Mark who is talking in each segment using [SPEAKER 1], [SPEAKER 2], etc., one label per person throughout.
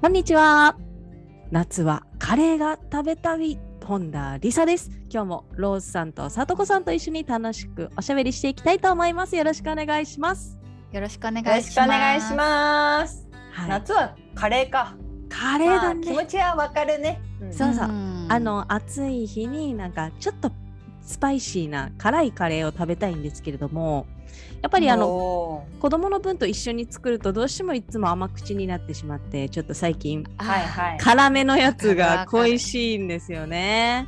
[SPEAKER 1] こんにちは。夏はカレーが食べたい本田理沙です。今日もローズさんとさとこさんと一緒に楽しくおしゃべりしていきたいと思います。よろしくお願いします。
[SPEAKER 2] よろしくお願
[SPEAKER 3] よろ
[SPEAKER 2] い
[SPEAKER 3] し
[SPEAKER 2] し
[SPEAKER 3] くお
[SPEAKER 2] ます。
[SPEAKER 3] 願いします、
[SPEAKER 1] はい、
[SPEAKER 3] 夏はカレーか、
[SPEAKER 1] カレー
[SPEAKER 3] ま
[SPEAKER 1] だ
[SPEAKER 3] あ気
[SPEAKER 1] ね。
[SPEAKER 3] 持ちはわかるね、うん
[SPEAKER 1] そうそう。
[SPEAKER 2] ん
[SPEAKER 1] あの暑い日になんかちょっとスパイシーな辛いカレーを食べたいんですけれども、やっぱりあの
[SPEAKER 3] おー
[SPEAKER 1] 子供の分と一緒に作るとどうしてもいつも甘口になってしまって、ちょっと最近
[SPEAKER 2] あー
[SPEAKER 3] はいはい
[SPEAKER 1] 辛めのやつが恋しいんですよね。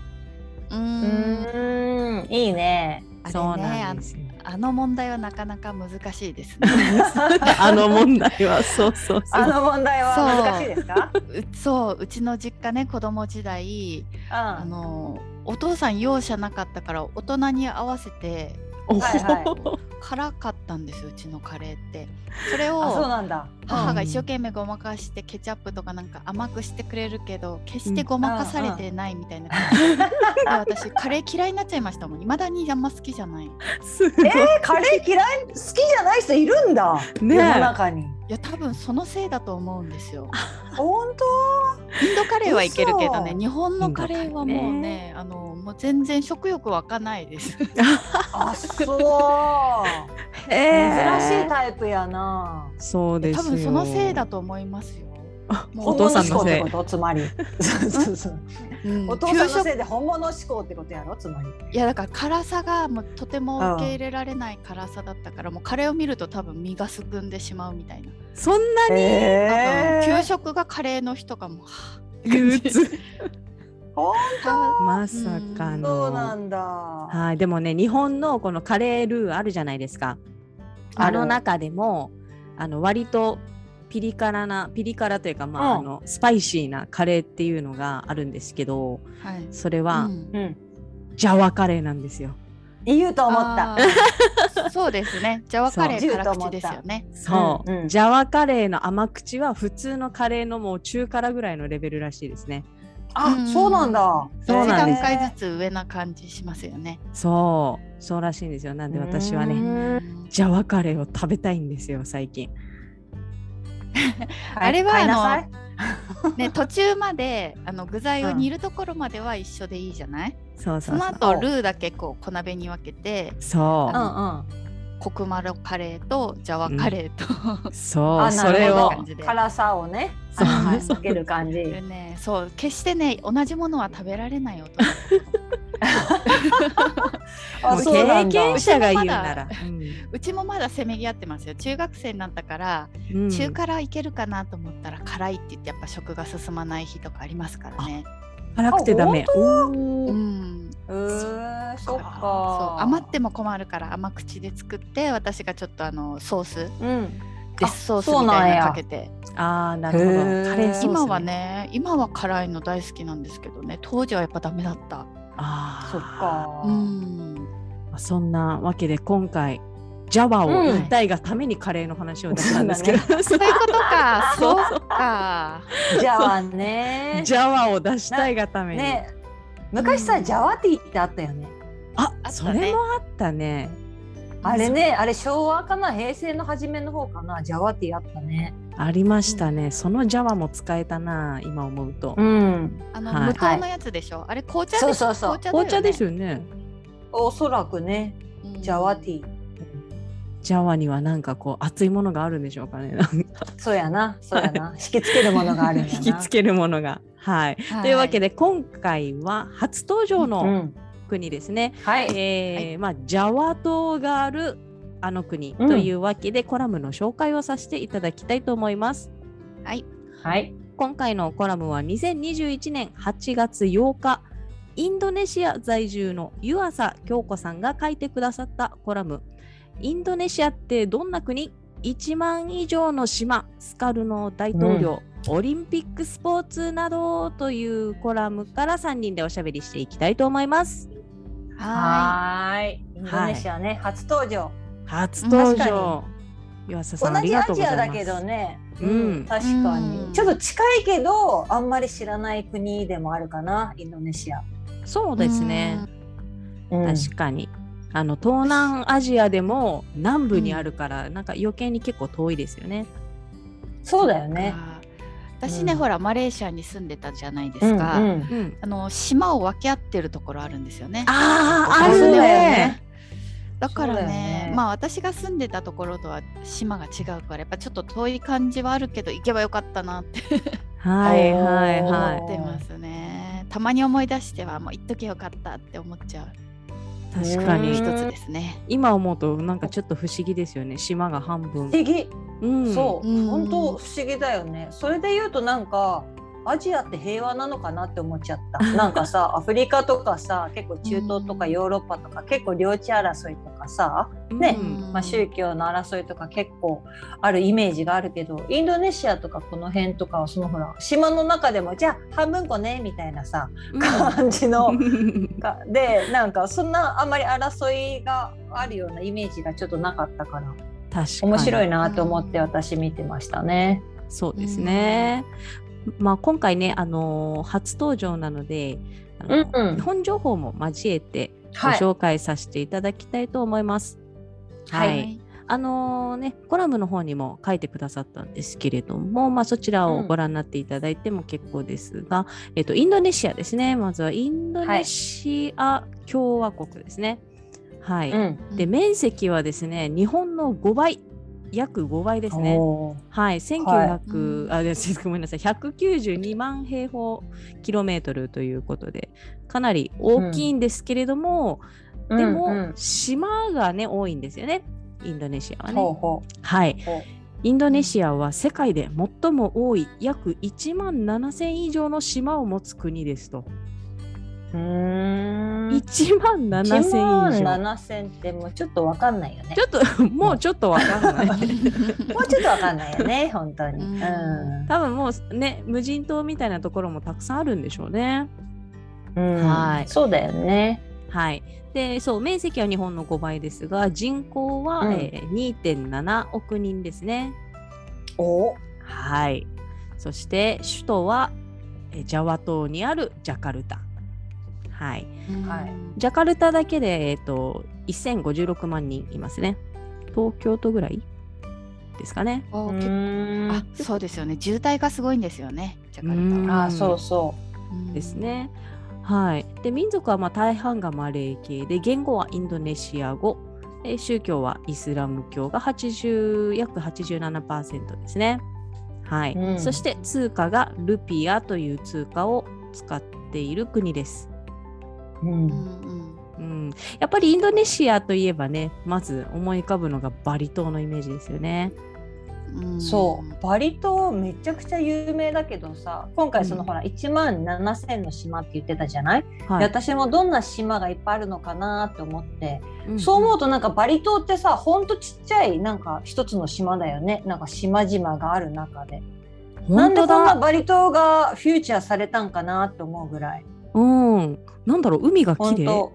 [SPEAKER 2] うー。
[SPEAKER 3] うんーんいいね
[SPEAKER 2] あれね
[SPEAKER 1] そうなんですよ。
[SPEAKER 2] あの問題はなかなか難しいですね。
[SPEAKER 1] あの問題はそうそうそ
[SPEAKER 3] あ
[SPEAKER 1] う。
[SPEAKER 3] の問題は難しいですか
[SPEAKER 2] うそう、うちの実家ね、子供時代、あ
[SPEAKER 3] う
[SPEAKER 2] のお父さん容赦なかったから大人に合わせて
[SPEAKER 1] お
[SPEAKER 3] はい
[SPEAKER 2] は辛かったんですようちのカレーって。それ
[SPEAKER 3] んあそう
[SPEAKER 2] を
[SPEAKER 3] なんだ
[SPEAKER 2] 母が一生懸命ごまかしてケチャップとかなんか甘くしてくれるけど決してごまかされてないみたいな感じで私カレー嫌いになっちゃいましたもんいまだにあんま好きじゃないい
[SPEAKER 1] すご
[SPEAKER 3] え
[SPEAKER 1] い
[SPEAKER 3] ー、カレー嫌い好きじゃない人いるんだ、
[SPEAKER 1] ね
[SPEAKER 3] 世の中に
[SPEAKER 2] や多分そのせいだと思うんですよ
[SPEAKER 3] 本当
[SPEAKER 2] インドカレーはいけるけどね
[SPEAKER 3] 嘘
[SPEAKER 2] 日本のカレーはもう
[SPEAKER 1] インドカレー
[SPEAKER 2] ねあのもう全然食欲湧かないです
[SPEAKER 3] あそう珍しい
[SPEAKER 1] い。
[SPEAKER 3] タイプやな。
[SPEAKER 1] そうです
[SPEAKER 2] 多
[SPEAKER 1] よ。
[SPEAKER 2] 分そのせいだと思いますよもう
[SPEAKER 1] お父さんのせい
[SPEAKER 3] 本物志向ってことつまり。そうそうそう
[SPEAKER 2] うん
[SPEAKER 3] お父さん
[SPEAKER 2] 給食
[SPEAKER 3] のせいで本物志向ってことやろつまり。
[SPEAKER 2] いやだから辛さがもうとても受け入れられない辛さだったからもうカレーを見ると多分身がすくんでしまうみたいな、
[SPEAKER 1] そんなに
[SPEAKER 3] え
[SPEAKER 2] 多分給食がカレーの日とかもは
[SPEAKER 1] 憂鬱。
[SPEAKER 3] 本
[SPEAKER 2] あ
[SPEAKER 1] まさか
[SPEAKER 3] 当そうな
[SPEAKER 1] の。
[SPEAKER 3] んだ。
[SPEAKER 1] はい、でもね、日本のこのカレールーあるじゃないですか。
[SPEAKER 3] あ
[SPEAKER 1] あ
[SPEAKER 3] る
[SPEAKER 1] の中でも、あの割と。ピリ辛なピリ辛というか、まあ、
[SPEAKER 3] うん
[SPEAKER 1] あのスパイシーなカレーっていうのがあるんですけど
[SPEAKER 2] はい
[SPEAKER 1] それは、
[SPEAKER 2] うん
[SPEAKER 3] うん。
[SPEAKER 1] ジャワカレーなんですよ
[SPEAKER 3] 言うと思った。
[SPEAKER 2] あーそうですねジャワカレ
[SPEAKER 3] そう
[SPEAKER 2] ー辛口ですよね
[SPEAKER 1] そう、
[SPEAKER 3] うんうん
[SPEAKER 1] ジャワカレーの甘口は普通のカレーのもう中辛ぐらいのレベルらしいですね。
[SPEAKER 3] あ
[SPEAKER 2] うん
[SPEAKER 3] そうなんだ。
[SPEAKER 1] そう
[SPEAKER 2] 一
[SPEAKER 1] なんで
[SPEAKER 2] 段
[SPEAKER 1] す
[SPEAKER 2] 階ずつ上な感じしますよね
[SPEAKER 1] そう、そうらしいんですよ。なんで私は
[SPEAKER 3] う
[SPEAKER 1] ね、
[SPEAKER 3] ん
[SPEAKER 2] うん
[SPEAKER 1] ジャワカレーを食べたいんですよ、最近。
[SPEAKER 2] あれは
[SPEAKER 3] 買いなさい
[SPEAKER 2] ね途中まであの具材を煮るところまでは一緒でいいじゃない、
[SPEAKER 1] そうそ
[SPEAKER 2] そうの
[SPEAKER 1] そう。
[SPEAKER 2] 後ルーだけこう小鍋に分けて
[SPEAKER 1] そ
[SPEAKER 2] あ
[SPEAKER 3] うん
[SPEAKER 2] コクマロカレーとジャワカレーと
[SPEAKER 1] う、、そ
[SPEAKER 3] あ
[SPEAKER 1] う、それ
[SPEAKER 3] なる
[SPEAKER 1] を
[SPEAKER 3] ほ
[SPEAKER 2] 感。
[SPEAKER 3] ど
[SPEAKER 2] じで
[SPEAKER 3] 辛さをね。
[SPEAKER 1] そう
[SPEAKER 3] はいはい
[SPEAKER 1] そ
[SPEAKER 3] かける感じ。
[SPEAKER 2] ね、そう決してね同じものは食べられないよと
[SPEAKER 3] あ
[SPEAKER 1] もう
[SPEAKER 3] そうなん
[SPEAKER 1] 経
[SPEAKER 3] だ
[SPEAKER 1] 験者が言うな
[SPEAKER 2] う
[SPEAKER 1] ら。
[SPEAKER 2] うちもまだせめぎ合ってますよ中学生になったから、
[SPEAKER 1] うんうん
[SPEAKER 2] 中辛いけるかなと思ったら辛いって言ってやっぱ食が進まない日とかありますからね
[SPEAKER 1] 辛くてダメ
[SPEAKER 3] あ。本
[SPEAKER 1] お
[SPEAKER 2] う
[SPEAKER 1] ー
[SPEAKER 2] ん
[SPEAKER 3] うーんそ
[SPEAKER 2] そ
[SPEAKER 3] っか
[SPEAKER 2] う。余っても困るから甘口で作って私がちょっとあのソース
[SPEAKER 3] うん。
[SPEAKER 2] デ
[SPEAKER 3] あ
[SPEAKER 2] スソース
[SPEAKER 3] そう
[SPEAKER 2] み
[SPEAKER 3] なん
[SPEAKER 2] たい
[SPEAKER 3] や
[SPEAKER 2] なのかけて
[SPEAKER 1] ああ、なるほ
[SPEAKER 3] へ
[SPEAKER 1] ど。
[SPEAKER 3] ー
[SPEAKER 1] カレーソース。
[SPEAKER 2] 今は。ね今は辛いの大好きなんですけどね当時はやっぱダメだった
[SPEAKER 1] ああ、
[SPEAKER 3] そっ。か。
[SPEAKER 2] うん
[SPEAKER 1] そんなわけで今回、ジャワを言いたいがためにカレーの話を出したんですけど、
[SPEAKER 2] そう いうことか
[SPEAKER 1] そ
[SPEAKER 2] そううか
[SPEAKER 3] じゃあね。
[SPEAKER 1] ジャワを出したいがために。
[SPEAKER 3] ね昔さ、
[SPEAKER 2] うん
[SPEAKER 3] ジャワティーってあったよね
[SPEAKER 1] あ、
[SPEAKER 2] あったね
[SPEAKER 1] それもあったね。
[SPEAKER 3] あれねあれ昭和かな平成の初めの方かなジャワティーあったね
[SPEAKER 1] ありましたね。そのジャワも使えたな、今思うと。
[SPEAKER 3] ん
[SPEAKER 2] あの、
[SPEAKER 1] はい
[SPEAKER 2] 無糖のやつでしょ。あれ紅茶
[SPEAKER 3] そう
[SPEAKER 2] でしょ。
[SPEAKER 3] そうそう
[SPEAKER 1] 紅
[SPEAKER 2] 紅茶
[SPEAKER 1] 茶
[SPEAKER 2] だよね
[SPEAKER 1] ですよね。
[SPEAKER 3] おそらくね
[SPEAKER 2] うん
[SPEAKER 3] ジャワティー、
[SPEAKER 1] ジャワにはなんかこう熱いものがあるんでしょうかね。なんか
[SPEAKER 3] そうやなそうやな、引きつけるものがあるんだな
[SPEAKER 1] 引きつけるものが。はい。
[SPEAKER 2] は
[SPEAKER 1] というわけで今回は初登場
[SPEAKER 3] う
[SPEAKER 1] の
[SPEAKER 3] ん
[SPEAKER 1] 国ですね。
[SPEAKER 3] はい
[SPEAKER 1] えー
[SPEAKER 2] は
[SPEAKER 1] まあジャワ島があるあの国
[SPEAKER 3] うん
[SPEAKER 1] というわけで、コラムの紹介をさせていただきたいと思います。
[SPEAKER 2] はい。
[SPEAKER 3] はい
[SPEAKER 1] 今回のコラムは2021年8月8日インドネシア在住の湯浅京子さんが書いてくださったコラム「インドネシアってどんな国?」 1万以上の島スカルノ大統領、オリンピックスポーツなどというコラムから3人でおしゃべりしていきたいと思います。
[SPEAKER 2] は
[SPEAKER 3] はーい。インドネシアね、初登場。
[SPEAKER 1] 初登
[SPEAKER 3] 確
[SPEAKER 1] 場。岩佐
[SPEAKER 3] 同
[SPEAKER 1] さんあり
[SPEAKER 3] じ
[SPEAKER 1] が
[SPEAKER 3] ア
[SPEAKER 1] とうご
[SPEAKER 3] ジ
[SPEAKER 1] ざい
[SPEAKER 3] アだ
[SPEAKER 1] ます。
[SPEAKER 3] けどね。
[SPEAKER 1] うん
[SPEAKER 3] 確かに、
[SPEAKER 2] うん
[SPEAKER 3] ちょっと近いけど、あんまり知らない国でもあるかな、インドネシア。
[SPEAKER 1] そうですね。
[SPEAKER 3] うん
[SPEAKER 1] 確かに。あの東南アジアでも南部にあるから、なんか余計に結構遠いですよね。
[SPEAKER 3] そうだよ
[SPEAKER 2] い。
[SPEAKER 3] ね。
[SPEAKER 2] あー。私ね、
[SPEAKER 3] うん
[SPEAKER 2] ほらマレーシアに住んでたじゃないですか。
[SPEAKER 3] うんうん
[SPEAKER 1] うん。
[SPEAKER 2] あの島を分け合ってるところあるんですよね。
[SPEAKER 1] あ
[SPEAKER 3] ーあるね
[SPEAKER 2] そうだよ。だから
[SPEAKER 3] そう
[SPEAKER 2] ね
[SPEAKER 3] だよね
[SPEAKER 2] まあ私が住んでたところとは島が違うからやっぱちょっと遠い感じはあるけど行けばよかったなって
[SPEAKER 1] はいはいは
[SPEAKER 2] 思ってますね。たまに思い出してはもう行っときゃよかったって思っちゃ
[SPEAKER 1] い。
[SPEAKER 2] う
[SPEAKER 1] 確か
[SPEAKER 3] うん
[SPEAKER 2] 一
[SPEAKER 1] に。
[SPEAKER 2] つですね。
[SPEAKER 1] 今思うとなんかちょっと不思議ですよね。島が半分
[SPEAKER 3] 不。思議、
[SPEAKER 1] うん
[SPEAKER 3] そう、
[SPEAKER 2] うん
[SPEAKER 3] 本当不思議だよね。それで言うとなんかアジアって平和なのかなって思っちゃった。なんかさ、アフリカとかさ、結構中東とかヨーロッパとか結構領地争いとかさ、
[SPEAKER 1] うん。
[SPEAKER 3] ね
[SPEAKER 2] うん
[SPEAKER 3] まあ宗教の争いとか結構あるイメージがあるけど、インドネシアとかこの辺とかはそのほら島の中でもじゃあ半分こねみたいなさ
[SPEAKER 1] うん
[SPEAKER 3] 感じの。
[SPEAKER 1] うん
[SPEAKER 3] がでなんかそんなあんまり争いがあるようなイメージがちょっとなかったから
[SPEAKER 1] 確かに。
[SPEAKER 3] 面白いなと思って私見てましたね。
[SPEAKER 1] そうですね。まあ今回ね、あのー初登場なので、あのー
[SPEAKER 3] うんうん
[SPEAKER 1] 日本情報も交えてご
[SPEAKER 3] はい、
[SPEAKER 1] 紹介させていただきたいと思います。はい。あのーね、コラムの方にも書いてくださったんですけれども、まあ、そちらをご覧になっていただいても結構ですが、えっと、インドネシアですね。まずはインドネシア共和国ですね。はい。
[SPEAKER 3] うん
[SPEAKER 1] で、面積はですね、日本の5倍、約5倍ですね。
[SPEAKER 3] おー
[SPEAKER 1] はい、
[SPEAKER 3] は
[SPEAKER 1] 1900、あですごめんなさい、192万平方キロメートルということで、かなり大きいんですけれども、でも、
[SPEAKER 3] うんうん
[SPEAKER 1] 島がね多いんですよね。インドネシアは
[SPEAKER 3] ほう
[SPEAKER 1] ね。
[SPEAKER 3] ほ
[SPEAKER 1] はい。
[SPEAKER 3] うほう
[SPEAKER 1] インドネシアは世界で最も多い約1万7000以上の島を持つ国ですと。
[SPEAKER 3] うーん
[SPEAKER 1] 1万
[SPEAKER 3] 1
[SPEAKER 1] 7000以上。
[SPEAKER 3] 万7000ってもうちょっとわかんないよね
[SPEAKER 1] ちょっと もうちょっとわかんない。
[SPEAKER 3] もうちょっとわかんないよね 本当に、う
[SPEAKER 2] うん
[SPEAKER 3] ん
[SPEAKER 1] 多分もうね無人島みたいなところもたくさんあるんでしょうね。
[SPEAKER 3] うん
[SPEAKER 1] はい
[SPEAKER 3] そうだよね
[SPEAKER 1] はい、でそう面積は日本の5倍ですが人口は、
[SPEAKER 3] うん
[SPEAKER 1] えー2.7億人ですね。
[SPEAKER 3] お
[SPEAKER 1] はい、そして首都は、えージャワ島にあるジャカルタ。はい、
[SPEAKER 3] はい
[SPEAKER 1] ジャカルタだけで、えー、と1056万人いますね。東京都ぐらいですかね。
[SPEAKER 2] お
[SPEAKER 3] う
[SPEAKER 2] 結構
[SPEAKER 3] ーん
[SPEAKER 2] あそうですよね渋滞がすごいんですよねジャカルタは
[SPEAKER 1] うん
[SPEAKER 3] あそうそう
[SPEAKER 2] うん
[SPEAKER 1] ですね。はい、で民族はまあ大半がマレー系で言語はインドネシア語で宗教はイスラム教が80約87%ですね。はい
[SPEAKER 3] うん
[SPEAKER 1] そして通貨がルピアという通貨を使っている国です。
[SPEAKER 3] うん
[SPEAKER 2] うんうん
[SPEAKER 1] うん、やっぱりインドネシアといえばねまず思い浮かぶのがバリ島のイメージですよね。
[SPEAKER 2] うん
[SPEAKER 3] そうバリ島めちゃくちゃ有名だけどさ今回その、
[SPEAKER 1] うん
[SPEAKER 3] ほら1万7,000の島って言ってたじゃない、
[SPEAKER 1] は
[SPEAKER 3] で
[SPEAKER 1] い
[SPEAKER 3] 私もどんな島がいっぱいあるのかなと思って、
[SPEAKER 1] ん
[SPEAKER 3] そう思うとなんかバリ島ってさほんとちっちゃいなんか一つの島だよねなんか島々がある中でな
[SPEAKER 1] 本
[SPEAKER 3] んでこ
[SPEAKER 1] 当
[SPEAKER 3] んな
[SPEAKER 1] だ
[SPEAKER 3] バリ島がフューチャーされたんかなと思うぐらい
[SPEAKER 1] うん、なんだろう海が
[SPEAKER 3] 本
[SPEAKER 1] 綺麗
[SPEAKER 3] 当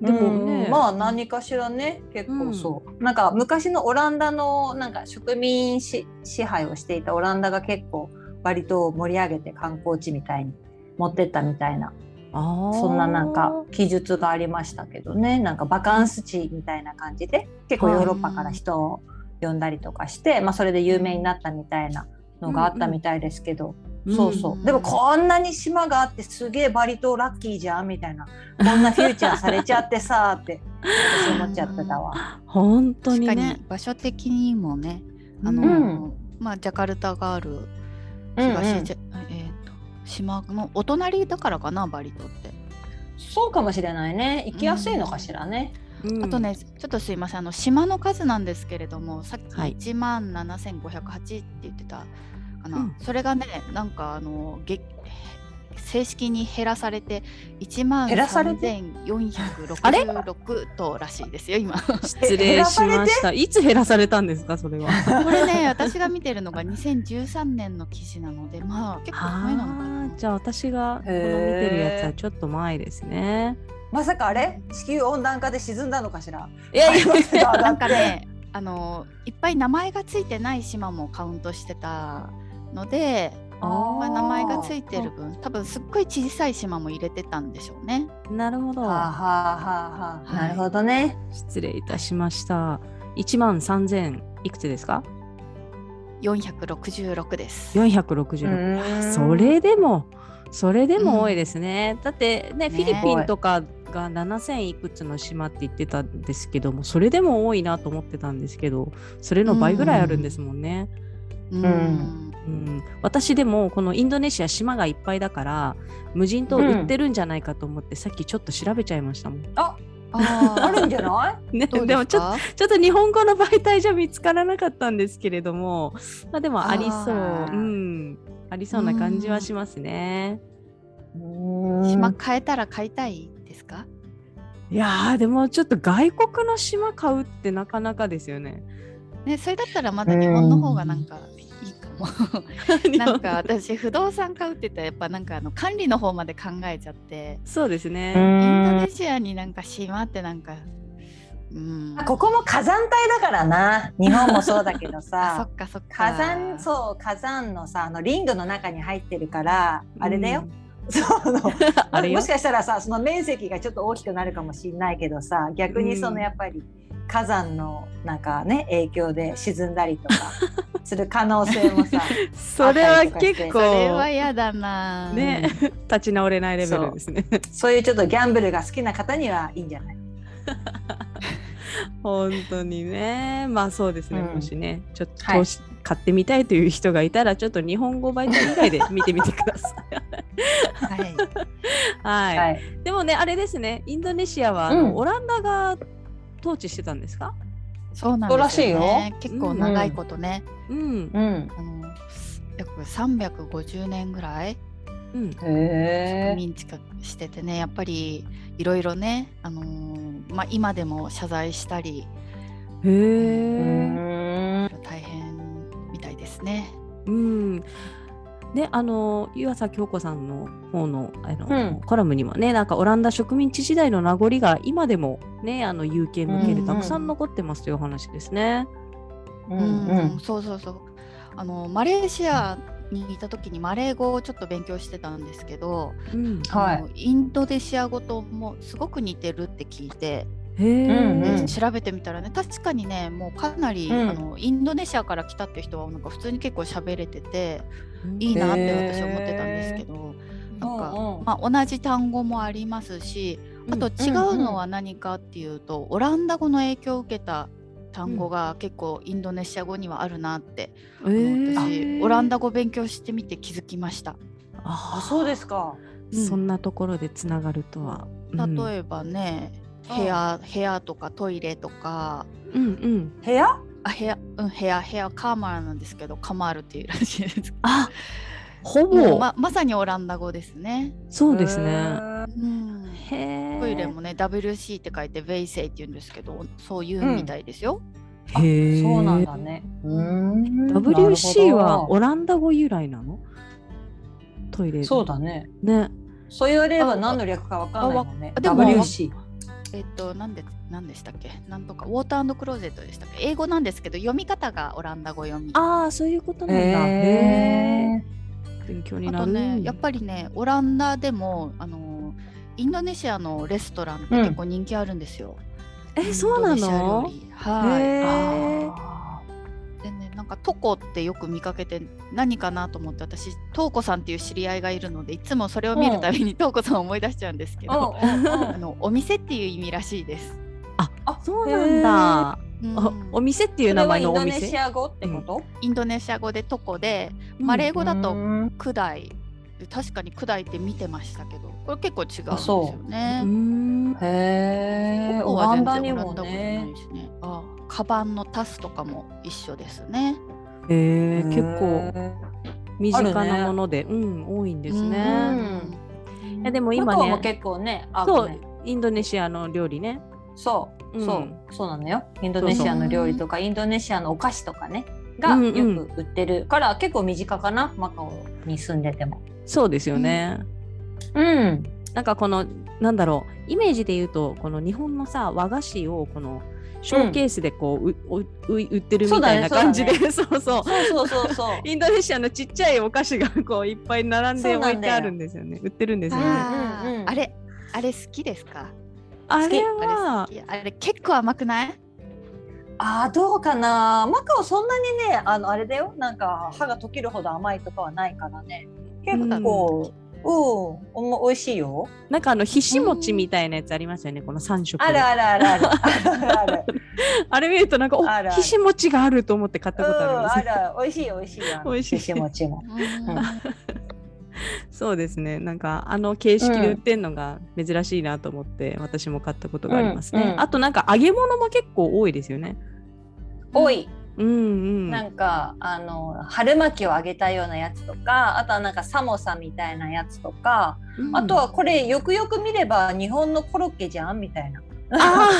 [SPEAKER 1] でも
[SPEAKER 3] うん
[SPEAKER 1] ね、
[SPEAKER 3] まあ何かしらね結構そう、なんか昔のオランダのなんか植民し支配をしていたオランダが結構バリ島を盛り上げて観光地みたいに持ってったみたいな
[SPEAKER 1] あー
[SPEAKER 3] そんななんか記述がありましたけどねなんかバカンス地みたいな感じで結構ヨーロッパから人を呼んだりとかして、まあ、それで有名になったみたいなのがあったみたいですけど、そうそううんでもこんなに島があってすげえバリ島ラッキーじゃんみたいなこんなフューチャーされちゃってさって私思っちゃってたわ。
[SPEAKER 1] 本当
[SPEAKER 2] 確
[SPEAKER 1] に
[SPEAKER 2] か
[SPEAKER 1] ね
[SPEAKER 2] に場所的にもねあの、
[SPEAKER 3] う
[SPEAKER 2] まあジャカルタがある
[SPEAKER 3] うんうん
[SPEAKER 2] 東ジャ、えーと島のお隣だからかなバリ島って、
[SPEAKER 3] そうかもしれないね行きやすいのかしらね。
[SPEAKER 1] うん
[SPEAKER 2] あとねちょっとすいませんあの島の数なんですけれどもさっき
[SPEAKER 1] はい
[SPEAKER 2] 1万7508って言ってたかな、
[SPEAKER 1] うん
[SPEAKER 2] それがねなんかあのげ正式に減らされて1万
[SPEAKER 3] 減らされて
[SPEAKER 2] 3466とらしいですよ今
[SPEAKER 1] 失礼しました。いつ減らされたんですか、そ れは。
[SPEAKER 2] これね私が見てるのが2013年の記事なのでまあ結構前なのか
[SPEAKER 1] あ
[SPEAKER 2] な
[SPEAKER 1] ーじゃあ私がこの見てるやつはちょっと前ですね。
[SPEAKER 3] まさかあれ地球温暖化で沈んだのかしら
[SPEAKER 1] いやいや
[SPEAKER 2] なんかねあのいっぱい名前がついてない島もカウントしてたので、まあ、名前がついてる分多分すっごい小さい島も入れてたんでしょうね。
[SPEAKER 1] なるほど
[SPEAKER 3] はあ、。はあはあはあ、なるほどね
[SPEAKER 1] 失礼いたしました。1万3000いくつですか
[SPEAKER 2] 466です。
[SPEAKER 1] ?466。
[SPEAKER 3] うーん
[SPEAKER 1] それでも、それでも多いですね。だってね、
[SPEAKER 2] ね
[SPEAKER 1] フィリピンとかが7000いくつの島って言ってたんですけども、それでも多いなと思ってたんですけど、それの倍ぐらいあるんですもんね。
[SPEAKER 2] うん
[SPEAKER 3] ん
[SPEAKER 1] うん、私でもこのインドネシア島がいっぱいだから無人島売ってるんじゃないかと思って、さっきちょっと調べちゃいましたもん。
[SPEAKER 3] あ
[SPEAKER 2] あ
[SPEAKER 3] るんじゃない
[SPEAKER 1] ね、
[SPEAKER 2] ど う
[SPEAKER 1] ですもちょっ
[SPEAKER 2] か
[SPEAKER 1] とちょっと日本語の媒体じゃ見つからなかったんですけれども、まあ、でもありそう
[SPEAKER 3] あー
[SPEAKER 1] うん、ありそうな感じはしますね。
[SPEAKER 3] うーん
[SPEAKER 2] 島変えたら買いたいですか
[SPEAKER 1] いやーでもちょっと外国の島買うってなかなかですよ ね。
[SPEAKER 2] ねそれだったらまだ日本の方がなんかいいかも。なんか私不動産買うって言ったらやっぱなんかあの管理の方まで考えちゃって
[SPEAKER 1] そうですね。
[SPEAKER 3] う
[SPEAKER 2] インド
[SPEAKER 3] ーん
[SPEAKER 2] ネシアになんか島ってなんかうん
[SPEAKER 3] ここも火山帯だからな日本もそうだけ ど
[SPEAKER 2] あそ
[SPEAKER 3] さ
[SPEAKER 2] っかそっか
[SPEAKER 3] 火山そう火山のさあのリングの中に入ってるからあれだよ、 その
[SPEAKER 1] あれよ
[SPEAKER 3] もしかしたらさその面積がちょっと大きくなるかもしれないけどさ逆にそ
[SPEAKER 1] うん
[SPEAKER 3] のやっぱり火山のなんかね影響で沈んだりとか する可能性もさ
[SPEAKER 1] うん。それは結
[SPEAKER 2] それ
[SPEAKER 1] 構
[SPEAKER 2] は嫌だな
[SPEAKER 1] ね、立ち直れないレベルですね。
[SPEAKER 3] そういうちょっとギャンブルが好きな方にはいいんじゃない
[SPEAKER 1] 本当にねまあそうですね、
[SPEAKER 3] うん
[SPEAKER 1] もしねちょっと
[SPEAKER 3] はい
[SPEAKER 1] 投資、買ってみたいという人がいたらちょっと日本語媒体以外で見てみてくださ い
[SPEAKER 2] はい
[SPEAKER 1] はい、
[SPEAKER 3] はい、
[SPEAKER 1] でもねあれですねインドネシアはあの、
[SPEAKER 3] うん
[SPEAKER 1] オランダが統治してたんですか
[SPEAKER 2] そうなんですよ
[SPEAKER 3] そうらし
[SPEAKER 2] ね結構長いことね、
[SPEAKER 1] うん
[SPEAKER 3] うん
[SPEAKER 2] あの約350年ぐらい
[SPEAKER 1] うん
[SPEAKER 3] へ
[SPEAKER 2] 民地化しててねやっぱりいろいろね、あのーまあ、今でも謝罪したり
[SPEAKER 1] へ
[SPEAKER 3] え
[SPEAKER 1] え
[SPEAKER 2] 大変みたいですね。
[SPEAKER 1] うんねあの湯浅京子さんの方のあの、
[SPEAKER 3] うん
[SPEAKER 1] コラムにもねなんかオランダ植民地時代の名残が今でもねあの有形向け
[SPEAKER 3] う
[SPEAKER 1] で
[SPEAKER 3] ん
[SPEAKER 1] たくさん残ってますという話ですね。
[SPEAKER 3] う
[SPEAKER 2] うん
[SPEAKER 3] うん
[SPEAKER 2] そうそうそうあのマレーシアにいた時にマレー語をちょっと勉強してたんですけど、
[SPEAKER 1] うん
[SPEAKER 3] はい
[SPEAKER 2] あのインドネシア語ともすごく似てるって聞いて、
[SPEAKER 1] へえ、
[SPEAKER 3] うん
[SPEAKER 2] で
[SPEAKER 3] うん
[SPEAKER 2] 調べてみたらね確かにねもうかなり、
[SPEAKER 3] うん
[SPEAKER 2] あのインドネシアから来たって人はなんか普通に結構喋れててい
[SPEAKER 1] い
[SPEAKER 2] い
[SPEAKER 1] い
[SPEAKER 2] なって私は思ってたんですけど、なんか、まあ、同じ単語もありますしあと違うのは何かっていうと、オランダ語の影響を受けた単語が結構インドネシア語にはあるなって、
[SPEAKER 1] え
[SPEAKER 2] 私オランダ語勉強してみて気づきました。
[SPEAKER 1] あ
[SPEAKER 3] あそうですか
[SPEAKER 2] うん
[SPEAKER 1] そんなところでつながるとは。
[SPEAKER 2] 例えばね、
[SPEAKER 3] うん
[SPEAKER 2] 部屋部屋とかトイレとか
[SPEAKER 1] うんうん。
[SPEAKER 3] 部屋
[SPEAKER 2] あ部屋うん部屋部屋カーマラなんですけどカマールっていうらしいです。
[SPEAKER 1] あほ
[SPEAKER 2] も
[SPEAKER 1] ぼ、
[SPEAKER 2] うままさにオランダ語ですね。
[SPEAKER 1] そうです
[SPEAKER 3] へ
[SPEAKER 1] ね。
[SPEAKER 3] ー
[SPEAKER 2] うん
[SPEAKER 1] へえ。
[SPEAKER 2] トイレもね WC って書いてベイセイって言うんですけどそういうみたいですよ。
[SPEAKER 1] へえ。
[SPEAKER 3] そうなんだ。ねうーん
[SPEAKER 1] WC は
[SPEAKER 3] なる
[SPEAKER 1] オランダ語由来なのトイレ
[SPEAKER 3] ほどそうだね
[SPEAKER 1] ね。
[SPEAKER 3] そう言われれば何の略かわかんないもんね
[SPEAKER 2] あでも
[SPEAKER 3] WC
[SPEAKER 2] えっとなんでなんでしたっけなんとかウォータークローゼットでしたっけ英語なんですけど読み方がオランダ語読み。
[SPEAKER 1] ああそういうことなんだ。
[SPEAKER 3] へ
[SPEAKER 1] へえ。勉強に
[SPEAKER 2] あ
[SPEAKER 1] な
[SPEAKER 2] と
[SPEAKER 1] る。
[SPEAKER 2] ねやっぱりねオランダでもあのインドネシアのレストランって結構人気あるんですよ。
[SPEAKER 1] えそうな
[SPEAKER 2] インドネシア料
[SPEAKER 1] の？
[SPEAKER 2] 理
[SPEAKER 1] へ
[SPEAKER 2] はい。
[SPEAKER 1] え。
[SPEAKER 2] でねなんかトコってよく見かけて何かなと思って私トーコさんっていう知り合いがいるのでいつもそれを見るたびにトーコさんを思い出しちゃうんですけど、
[SPEAKER 3] ー
[SPEAKER 2] あのお店っていう意味らしいです。
[SPEAKER 3] あ
[SPEAKER 1] そうなんだ。
[SPEAKER 2] うん
[SPEAKER 1] おお店っていう名前のお
[SPEAKER 3] それはインドネシ
[SPEAKER 1] 店。
[SPEAKER 3] ア語ってこと、
[SPEAKER 2] インドネシア語でトコでマレー
[SPEAKER 1] ー
[SPEAKER 2] 語だと
[SPEAKER 3] うん
[SPEAKER 2] クダイ確かにクダイって見てましたけどこれ結構違うんです
[SPEAKER 3] あそ
[SPEAKER 2] よ
[SPEAKER 3] う
[SPEAKER 1] う
[SPEAKER 2] ね。
[SPEAKER 1] ん。
[SPEAKER 3] へえ
[SPEAKER 2] トコ
[SPEAKER 3] オ
[SPEAKER 2] は
[SPEAKER 3] ラン
[SPEAKER 2] 全
[SPEAKER 3] ダに
[SPEAKER 2] 然オラ
[SPEAKER 3] も
[SPEAKER 2] ンダ語じゃな
[SPEAKER 3] ね
[SPEAKER 2] いしね。あカバンのタスとかも一緒ですね。
[SPEAKER 1] へえ結構。
[SPEAKER 3] へー
[SPEAKER 1] 身近なもので、うん多いんです
[SPEAKER 2] う
[SPEAKER 1] ね。
[SPEAKER 3] ん
[SPEAKER 1] いやでも
[SPEAKER 3] 今
[SPEAKER 1] 今
[SPEAKER 3] ねも
[SPEAKER 1] ね、
[SPEAKER 3] 結構ねあ
[SPEAKER 1] そう
[SPEAKER 3] ね
[SPEAKER 1] インドネシアの料理ね。
[SPEAKER 3] そう、
[SPEAKER 1] うん
[SPEAKER 3] そうそうなのよインドネシアの料理とかインドネシアのお菓子とかねが
[SPEAKER 1] うん
[SPEAKER 3] よ
[SPEAKER 1] うん
[SPEAKER 3] く売ってるから、結構身近かなマカオに住んでても。
[SPEAKER 1] そうですよね。
[SPEAKER 3] うん、
[SPEAKER 1] なんかこのなんだろうイメージで言うとこの日本のさ和菓子をこのショーケースでこう,、うう売ってるみたいな
[SPEAKER 3] そうだね
[SPEAKER 1] 感じで そう,、そう
[SPEAKER 3] そうそうそ うそう。
[SPEAKER 1] インドネシアのちっちゃいお菓子がこういっぱい並んで
[SPEAKER 3] そうな
[SPEAKER 1] 置
[SPEAKER 3] んだよ
[SPEAKER 1] いてあるんですよね売ってるんですよね
[SPEAKER 2] あ
[SPEAKER 3] うんうんう
[SPEAKER 2] ー
[SPEAKER 3] ん
[SPEAKER 2] あれあれ好きですか
[SPEAKER 1] あれ
[SPEAKER 2] あれ好
[SPEAKER 1] は
[SPEAKER 2] きあれ結構甘くない
[SPEAKER 3] ああどうかなマカオそんなにねあのあれだよなんか歯が溶けるほど甘いとかはないからね結構うん、おも美味しいよ
[SPEAKER 1] なんかあのひし餅みたいなやつありますよねこの3色
[SPEAKER 3] あるあるあるあるあ るある
[SPEAKER 1] あれ見るとなんかお
[SPEAKER 3] あるあ
[SPEAKER 1] ひ
[SPEAKER 3] る
[SPEAKER 1] し餅があると思って買ったことあるんです
[SPEAKER 3] うん、ある美味しい美味しいあの
[SPEAKER 1] 美味しい
[SPEAKER 3] ひし餅も
[SPEAKER 1] そうですねなんかあの形式で売ってんのが珍しいなと思って、私も買ったことがありますね、
[SPEAKER 3] うんうん
[SPEAKER 1] あとなんか揚げ物も結構多いですよね
[SPEAKER 3] 多い、
[SPEAKER 1] うんうん
[SPEAKER 3] なんかあの春巻きを揚げたようなやつとかあとはなんかサモサみたいなやつとか、あとはこれよくよく見れば日本のコロッケじゃんみたいな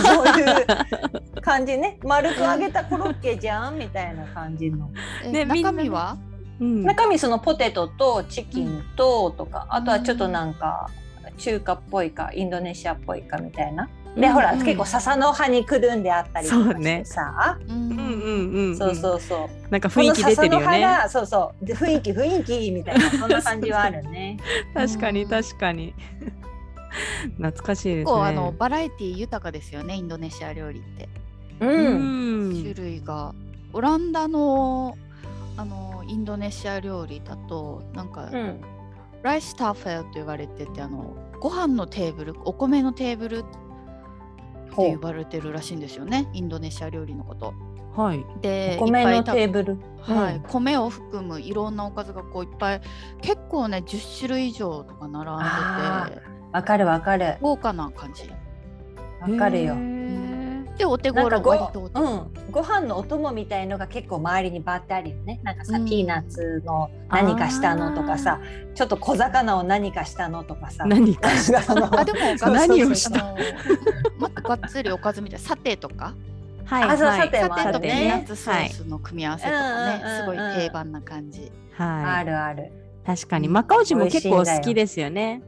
[SPEAKER 3] そういう感じね丸く揚げたコロッケじゃんみたいな感じの
[SPEAKER 2] え
[SPEAKER 1] ねみんな
[SPEAKER 2] 中身は
[SPEAKER 1] うん
[SPEAKER 3] 中身そのポテトとチキンととか、
[SPEAKER 2] うん
[SPEAKER 3] あとはちょっとなんか中華っぽいかインドネシアっぽいかみたいな。
[SPEAKER 1] うん
[SPEAKER 3] で、ほら
[SPEAKER 2] うん
[SPEAKER 3] 結構笹の葉にくるんであったりと
[SPEAKER 1] そ
[SPEAKER 3] か
[SPEAKER 1] う
[SPEAKER 3] し
[SPEAKER 1] ね
[SPEAKER 3] てさ、
[SPEAKER 2] う
[SPEAKER 1] うんうん
[SPEAKER 2] ん
[SPEAKER 1] うんうん
[SPEAKER 3] そうそうそう
[SPEAKER 1] なんか
[SPEAKER 3] こ
[SPEAKER 1] 雰囲
[SPEAKER 3] の
[SPEAKER 1] 気出て
[SPEAKER 3] 笹
[SPEAKER 1] る
[SPEAKER 3] の
[SPEAKER 1] よ
[SPEAKER 3] 葉
[SPEAKER 1] ね
[SPEAKER 3] がそうそうで雰囲気雰囲気みたいなそんな感じはあるね。
[SPEAKER 1] 確かに
[SPEAKER 2] うん
[SPEAKER 1] 確かに懐かしいですね
[SPEAKER 2] 結構あのバラエティ豊かですよねインドネシア料理って、
[SPEAKER 3] う、
[SPEAKER 1] うん
[SPEAKER 2] 種
[SPEAKER 1] ん
[SPEAKER 2] 類がオランダのあのインドネシア料理だとなんか、
[SPEAKER 3] うん、
[SPEAKER 2] ライスタッフェルと言われててあのご飯のテーブルお米のテーブルって
[SPEAKER 3] ほ
[SPEAKER 2] 呼
[SPEAKER 3] う
[SPEAKER 2] ばれてるらしいんですよねインドネシア料理のこと。
[SPEAKER 1] はい
[SPEAKER 2] で
[SPEAKER 3] 米の
[SPEAKER 2] い
[SPEAKER 3] テー
[SPEAKER 2] っぱい
[SPEAKER 3] ブル。
[SPEAKER 2] たはい、米を含むいろんなおかずがこういっぱい結構ね10種類以上とか並んでて
[SPEAKER 3] わかるわかる
[SPEAKER 2] 豪華な感じ。
[SPEAKER 3] わかるよ。
[SPEAKER 1] へー
[SPEAKER 2] でお手
[SPEAKER 3] なん
[SPEAKER 2] 頃
[SPEAKER 3] かご,、う
[SPEAKER 2] 割とお手頃
[SPEAKER 3] ん、ご飯のお供みたいのが結構周りにバーってあるよねなんかさ、
[SPEAKER 2] うん
[SPEAKER 3] ピーナッツの何かしたのとかさちょっと小魚を何かしたのとかさ
[SPEAKER 1] 何かし
[SPEAKER 3] あの
[SPEAKER 2] あでもおかず
[SPEAKER 1] 何をした
[SPEAKER 2] あのもっとがっつりおかずみたいなサテとか
[SPEAKER 1] は
[SPEAKER 3] あそう
[SPEAKER 1] はい
[SPEAKER 3] サテ
[SPEAKER 2] サ
[SPEAKER 3] もあ
[SPEAKER 2] テ
[SPEAKER 3] る
[SPEAKER 2] とピ
[SPEAKER 3] ね
[SPEAKER 2] ーナッツソースの組み合わせとかね、
[SPEAKER 3] はい
[SPEAKER 2] すごい
[SPEAKER 3] うんうんうん
[SPEAKER 2] 定番な感じ。
[SPEAKER 1] は
[SPEAKER 3] あ
[SPEAKER 1] い
[SPEAKER 3] るある
[SPEAKER 1] 確かにマカオ人も結構好きですよね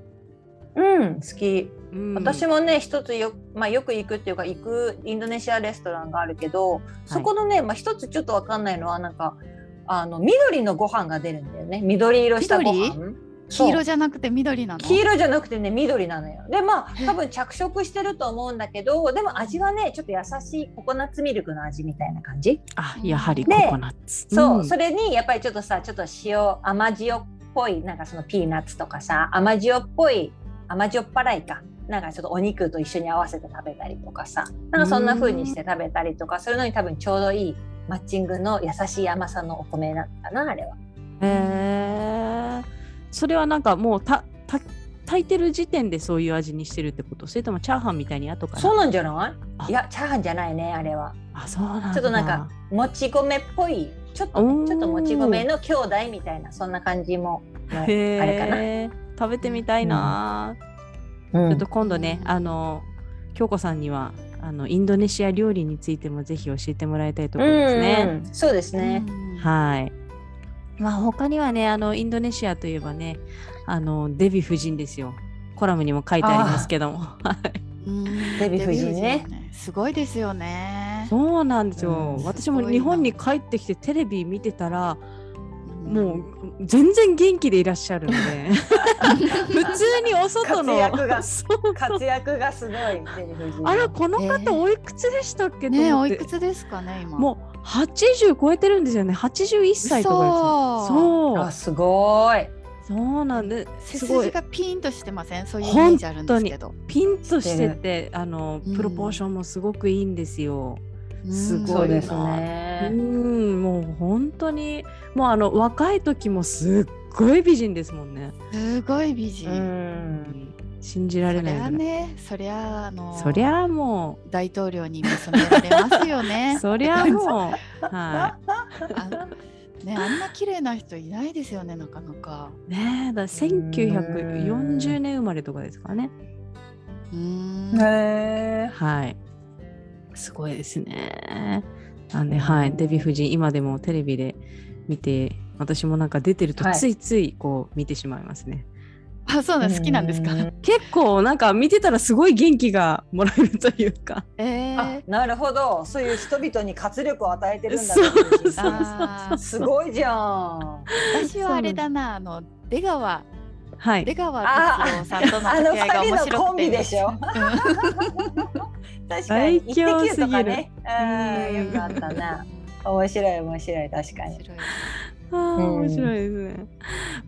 [SPEAKER 3] うん好き
[SPEAKER 1] うん
[SPEAKER 3] 私もね一つよ,、まあ、よく行くっていうか行くインドネシアレストランがあるけどそこのね、まあ、一つちょっとわかんないのはなんかあの緑のご飯が出るんだよね緑色したご
[SPEAKER 2] 緑
[SPEAKER 3] 飯そう
[SPEAKER 2] 黄色じゃなくて緑なの。
[SPEAKER 3] 黄色じゃなくてね緑なのよでまあ
[SPEAKER 2] へ
[SPEAKER 3] 多分着色してると思うんだけどでも味はねちょっと優しいココナッツミルクの味みたいな感じ、
[SPEAKER 1] あやはりコ
[SPEAKER 3] ね
[SPEAKER 1] コナッツ
[SPEAKER 3] そう
[SPEAKER 1] うん
[SPEAKER 3] それにやっぱりちょっとさちょっと塩甘塩っぽいなんかそのピーナッツとかさ甘塩っぽい甘塩っぱらいかなんかちょっとお肉と一緒に合わせて食べたりとかさなんかそんな風にして食べたりとかするのに多分ちょうどいいマッチングの優しい甘さのお米なのかなあれは。
[SPEAKER 1] へえ。それはなんかもうたた炊いてる時点でそういう味にしてるってことそれともチャーハンみたいに後から
[SPEAKER 3] そうなんじゃない
[SPEAKER 1] あ
[SPEAKER 3] いやチャーハンじゃないねあれは。
[SPEAKER 1] あそうなんだ
[SPEAKER 3] ちょっとなんかもち米っぽいちょっと
[SPEAKER 1] おー
[SPEAKER 3] ねちょっともち米の兄弟みたいなそんな感じも、もうあ
[SPEAKER 1] へ
[SPEAKER 3] れかな。
[SPEAKER 1] え食べてみたいな、
[SPEAKER 3] うん
[SPEAKER 1] ちょっと今度ねあの京子さんにはあのインドネシア料理についてもぜひ教えてもらいたいところです
[SPEAKER 3] う
[SPEAKER 1] ね、
[SPEAKER 3] んうんそうですね。
[SPEAKER 2] うん
[SPEAKER 1] はいまあ他にはねあのインドネシアといえばねあのデヴィ夫人ですよコラムにも書いてありますけども
[SPEAKER 2] うん
[SPEAKER 3] デヴィ夫人ね
[SPEAKER 2] デヴィ夫人すごいですよね。
[SPEAKER 1] そうなんですよ、
[SPEAKER 3] うん
[SPEAKER 1] 私も
[SPEAKER 2] すごいな
[SPEAKER 1] 日本に帰ってきてテレビ見てたらも
[SPEAKER 2] ん
[SPEAKER 1] う全然元気でいらっしゃる ので普通にお外の
[SPEAKER 3] 活躍が
[SPEAKER 1] そう
[SPEAKER 3] 活躍がすごいデヴィ夫人
[SPEAKER 1] あらこの
[SPEAKER 2] え
[SPEAKER 1] 方
[SPEAKER 2] ー
[SPEAKER 1] おいくつでしたっけ、
[SPEAKER 2] ね
[SPEAKER 1] と
[SPEAKER 2] お
[SPEAKER 1] 思っ
[SPEAKER 2] い
[SPEAKER 1] て
[SPEAKER 2] くつですかね今。
[SPEAKER 1] もう80超えてるんですよね81歳とかです
[SPEAKER 2] 嘘
[SPEAKER 1] そう
[SPEAKER 3] あすごい
[SPEAKER 1] そうなんで
[SPEAKER 2] 背
[SPEAKER 1] すご
[SPEAKER 2] 筋
[SPEAKER 1] い
[SPEAKER 2] がピンとしてませんそういうイメージあるんですけど。
[SPEAKER 1] ピンとしててあの
[SPEAKER 2] うん
[SPEAKER 1] プロポーションもすごくいいんですよ。
[SPEAKER 2] うん
[SPEAKER 1] すごい
[SPEAKER 3] そうです
[SPEAKER 1] う
[SPEAKER 3] ね。
[SPEAKER 1] んもう本当にもうあの若い時もすっごい美人ですもんね。
[SPEAKER 2] すごい美
[SPEAKER 3] う
[SPEAKER 2] 人。
[SPEAKER 3] ん
[SPEAKER 1] 信じら
[SPEAKER 2] そ
[SPEAKER 1] れ
[SPEAKER 2] り
[SPEAKER 1] ないぐら
[SPEAKER 2] ゃ
[SPEAKER 1] い
[SPEAKER 2] ねそりゃあの
[SPEAKER 1] そりゃあも
[SPEAKER 2] 大 統領に見染められますよ
[SPEAKER 1] う、
[SPEAKER 2] ね。
[SPEAKER 1] そりゃあもう、は
[SPEAKER 2] あね、あんな綺麗な人いないですよね、なかなか。
[SPEAKER 1] ねえ、だ1940年生まれとかですからね。
[SPEAKER 2] うーん。
[SPEAKER 3] へえ。
[SPEAKER 1] はい。すごいですね。なんで、はい、デヴィ夫人、今でもテレビで見て、私もなんか出てると
[SPEAKER 3] はい
[SPEAKER 1] ついついこう見てしまいますね。
[SPEAKER 2] あ、そうなん、好きなんですか。
[SPEAKER 1] 結構なんか見てたらすごい元気がもらえるというか。
[SPEAKER 2] ええ
[SPEAKER 3] あ
[SPEAKER 2] ー。
[SPEAKER 3] なるほどそういう人々に活力を与えてるんだ
[SPEAKER 1] そう
[SPEAKER 3] ご自身
[SPEAKER 1] そう
[SPEAKER 2] あー
[SPEAKER 3] すごいじゃん
[SPEAKER 2] 私はあれだな、あの出川、
[SPEAKER 1] はい
[SPEAKER 2] 出。川哲朗さんとの
[SPEAKER 3] あの
[SPEAKER 2] 付き合いが
[SPEAKER 3] 二
[SPEAKER 2] 面白
[SPEAKER 3] 人
[SPEAKER 2] くて。
[SPEAKER 3] のコンビでしょ 確かに
[SPEAKER 1] 最
[SPEAKER 3] 一
[SPEAKER 1] 強
[SPEAKER 3] 滴
[SPEAKER 1] すぎる
[SPEAKER 3] とかねうん
[SPEAKER 1] うん
[SPEAKER 3] よくあったな面白い面白い確か
[SPEAKER 2] 面
[SPEAKER 3] に
[SPEAKER 2] 白い
[SPEAKER 1] あー
[SPEAKER 3] うん
[SPEAKER 1] 面白いですね。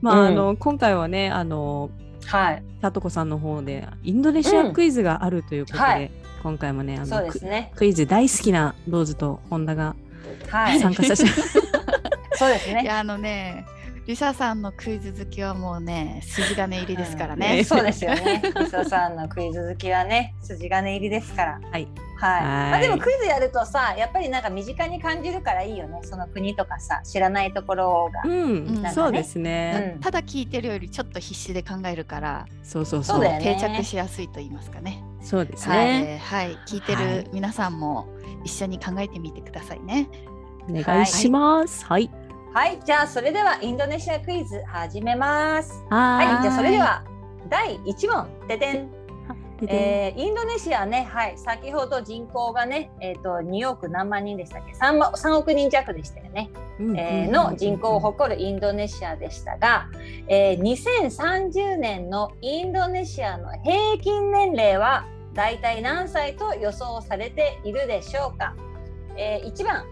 [SPEAKER 1] まあ、
[SPEAKER 3] うん
[SPEAKER 1] あの今回はね、あの
[SPEAKER 3] はい
[SPEAKER 1] さとこさんの方でインドネシアクイズがあるということで、
[SPEAKER 3] うんはい
[SPEAKER 1] 今回もね、あ
[SPEAKER 3] そう
[SPEAKER 1] の
[SPEAKER 3] で
[SPEAKER 1] ク
[SPEAKER 3] すね
[SPEAKER 1] クイズ大好きなローズと本田が
[SPEAKER 3] はい
[SPEAKER 1] 参加させて、
[SPEAKER 3] そうです
[SPEAKER 2] い
[SPEAKER 3] ね
[SPEAKER 2] やあのね、リサさんのクイズ好きはもうね、筋金入りですから
[SPEAKER 1] はい
[SPEAKER 2] ね
[SPEAKER 1] ね。
[SPEAKER 3] そうですよね。みそさんのクイズ好きはね、筋金入りですから。
[SPEAKER 1] はい。
[SPEAKER 3] はい。
[SPEAKER 1] はい
[SPEAKER 3] まあでもクイズやるとさ、やっぱりなんか身近に感じるからいいよね。その国とかさ、知らないところ が。
[SPEAKER 1] うん、
[SPEAKER 2] なんかね
[SPEAKER 1] そうです
[SPEAKER 3] う
[SPEAKER 1] ね。
[SPEAKER 3] ん
[SPEAKER 2] ただ聞いてるよりちょっと必死で考えるから、
[SPEAKER 1] そうそうそう。
[SPEAKER 3] そうだよね
[SPEAKER 2] 定着しやすいと言いますかね。
[SPEAKER 1] そうです
[SPEAKER 2] はい、
[SPEAKER 1] ね。
[SPEAKER 2] えーはい、聞いて
[SPEAKER 1] はい
[SPEAKER 2] る皆さんも一緒に考えてみてくださいね。
[SPEAKER 1] お願いします。はい。
[SPEAKER 3] はい。じゃあそれではインドネシアクイズ始めます。
[SPEAKER 1] は。
[SPEAKER 3] はいい。
[SPEAKER 2] はい
[SPEAKER 3] じゃあそれでは第一問。ででん。
[SPEAKER 1] でで
[SPEAKER 3] えーインドネシアね、はい、先ほど人口がね、えー、と2億何万人でしたっけ 3, 万3億人弱でしたよね。
[SPEAKER 1] うん
[SPEAKER 3] えーの人口を誇るインドネシアでしたが、えー2030年のインドネシアの平均年齢はだいたい何歳と予想されているでしょうか、えー1番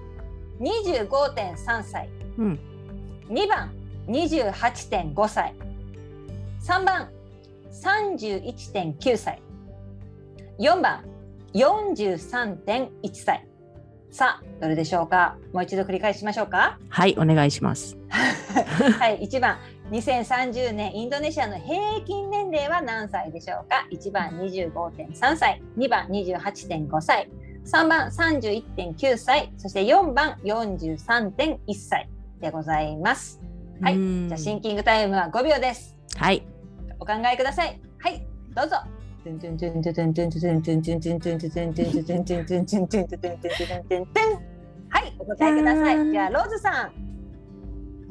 [SPEAKER 3] 25.3歳
[SPEAKER 1] うん
[SPEAKER 3] 2番28.5歳3番31.9歳4番43.1歳さあどれでしょうかもう一度繰り返しましょうか
[SPEAKER 1] はい、お願いします。
[SPEAKER 3] はい、1番2030年インドネシアの平均年齢は何歳でしょうか1番25.3歳2番28.5歳3番31.9歳そして4番43.1歳でございますはい
[SPEAKER 1] うん
[SPEAKER 3] じゃあシンキングタイムは5秒です
[SPEAKER 1] はい。
[SPEAKER 3] お考えくださいはいどうぞはいお答えくださいじゃあローズさん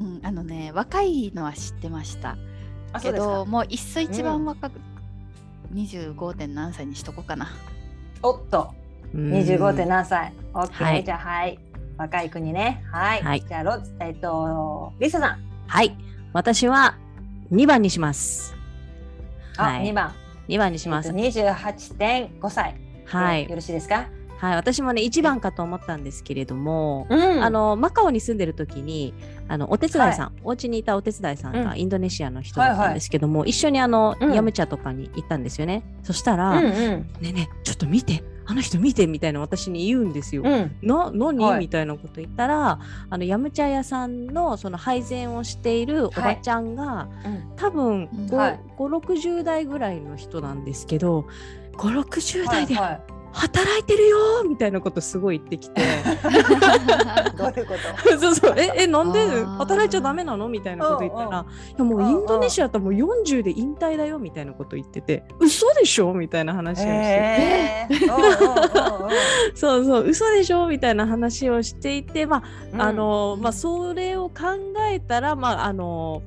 [SPEAKER 2] うん、あのね、若いのは知ってました
[SPEAKER 3] あ
[SPEAKER 2] けど、もういっそ一
[SPEAKER 3] う
[SPEAKER 2] 番
[SPEAKER 3] ん
[SPEAKER 2] 若く、25. 点何歳にしとこうか な。
[SPEAKER 3] おっと
[SPEAKER 1] 二
[SPEAKER 3] 二十五点。何歳。オッケー、
[SPEAKER 1] はい
[SPEAKER 3] じゃあはい。若い国ね。はい。
[SPEAKER 1] はい
[SPEAKER 3] じゃあロズえっとリサさん。
[SPEAKER 1] はい。私は二番にします。
[SPEAKER 3] あ
[SPEAKER 1] はい
[SPEAKER 3] 二、番。
[SPEAKER 1] 二番にします。
[SPEAKER 3] 二十八点五歳。
[SPEAKER 1] はい
[SPEAKER 3] よ。ろしいですか。
[SPEAKER 1] はい。私もね一番かと思ったんですけれども。
[SPEAKER 3] うん
[SPEAKER 1] あのマカオに住んでる時にあのお手伝いさん、お家にいたお手伝いさんが
[SPEAKER 3] う
[SPEAKER 1] インドネシアの人だったんですけども、一緒にあの、
[SPEAKER 3] うん
[SPEAKER 1] ヤムチャとかに行ったんですよねそしたら、
[SPEAKER 3] うん
[SPEAKER 1] ね
[SPEAKER 3] うん
[SPEAKER 1] えねえちょっと見てあの人見てみたいな私に言うんですよ。
[SPEAKER 3] うん。
[SPEAKER 1] な何、
[SPEAKER 3] はい
[SPEAKER 1] みたいなこと言ったらあのヤムチャ屋さんのその配膳をしているおばちゃんが、
[SPEAKER 3] うん
[SPEAKER 1] 多分
[SPEAKER 2] うん
[SPEAKER 1] 5
[SPEAKER 3] はい
[SPEAKER 1] 60代ぐらいの人なんですけど560代で
[SPEAKER 3] は
[SPEAKER 1] 働いてるよみたいなことすごい言ってきて。
[SPEAKER 3] い。どういうこと。
[SPEAKER 1] そうそうええなんで
[SPEAKER 2] あー
[SPEAKER 1] 働いちゃダメなのみたいなこと言ったら「いやもうインドネシアともう40で引退だよ」みたいなこと言ってて「嘘でしょ?」みたいな話をして
[SPEAKER 3] ええー。おうおうおう
[SPEAKER 1] 「そうそう嘘でしょ?」みたいな話をしていてまあ、
[SPEAKER 3] おう
[SPEAKER 1] あのまあそれを考えたらまああの、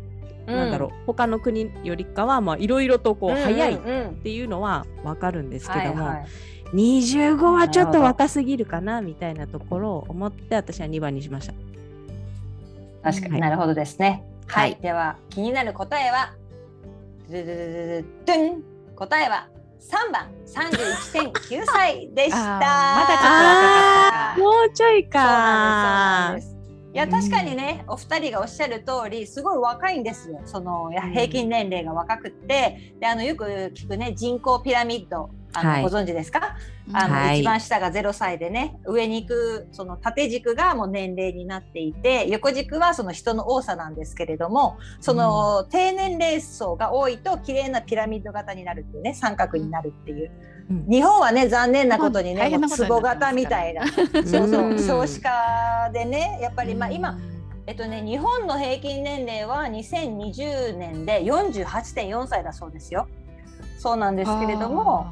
[SPEAKER 1] なんだろう。他の国よりかはまあいろいろとこう
[SPEAKER 3] うん
[SPEAKER 1] 早いっ
[SPEAKER 3] うんうん
[SPEAKER 1] ていうのはわかるんですけども、
[SPEAKER 3] はいはい
[SPEAKER 1] 25はちょっ
[SPEAKER 3] な
[SPEAKER 1] と
[SPEAKER 3] るほど
[SPEAKER 1] 若すぎるかなみたいなところを思って私は2番にしました。
[SPEAKER 3] 確か
[SPEAKER 1] は
[SPEAKER 3] に
[SPEAKER 1] い
[SPEAKER 3] なるほどですね。は、
[SPEAKER 1] はい
[SPEAKER 3] では気になる答えは。ドゥドゥドゥドゥドゥン答えは三番三十一点九歳でし
[SPEAKER 2] あーまだちょっと若
[SPEAKER 3] た。
[SPEAKER 2] かったか
[SPEAKER 3] そう
[SPEAKER 1] もうちょい
[SPEAKER 3] な
[SPEAKER 1] か
[SPEAKER 3] んです。そうなんですいや
[SPEAKER 1] うん
[SPEAKER 3] 確かにね、お二人がおっしゃる通りすごい若いんですよそのや
[SPEAKER 1] うん
[SPEAKER 3] 平均年齢が若くってであのよく聞くね人口ピラミッドあの、
[SPEAKER 1] はい
[SPEAKER 3] ご存知ですかあの、
[SPEAKER 1] はい
[SPEAKER 3] 一番下が0歳でね上に行くその縦軸がもう年齢になっていて横軸はその人の多さなんですけれどもその、低年齢層が多いと綺麗なピラミッド型になるっていうね三角になるっていう、
[SPEAKER 1] うん
[SPEAKER 3] 日本はね残念なことに
[SPEAKER 2] まあ大
[SPEAKER 3] ね
[SPEAKER 2] 変
[SPEAKER 3] も
[SPEAKER 2] な
[SPEAKER 3] う
[SPEAKER 2] ことに
[SPEAKER 3] 壺
[SPEAKER 2] なってます
[SPEAKER 3] 型
[SPEAKER 2] から
[SPEAKER 3] みたいなそうそう少子化でねやっぱりまあ今、ええっとね、日本の平均年齢は2020年で48.4歳だそうですよ。そうなんですけれども、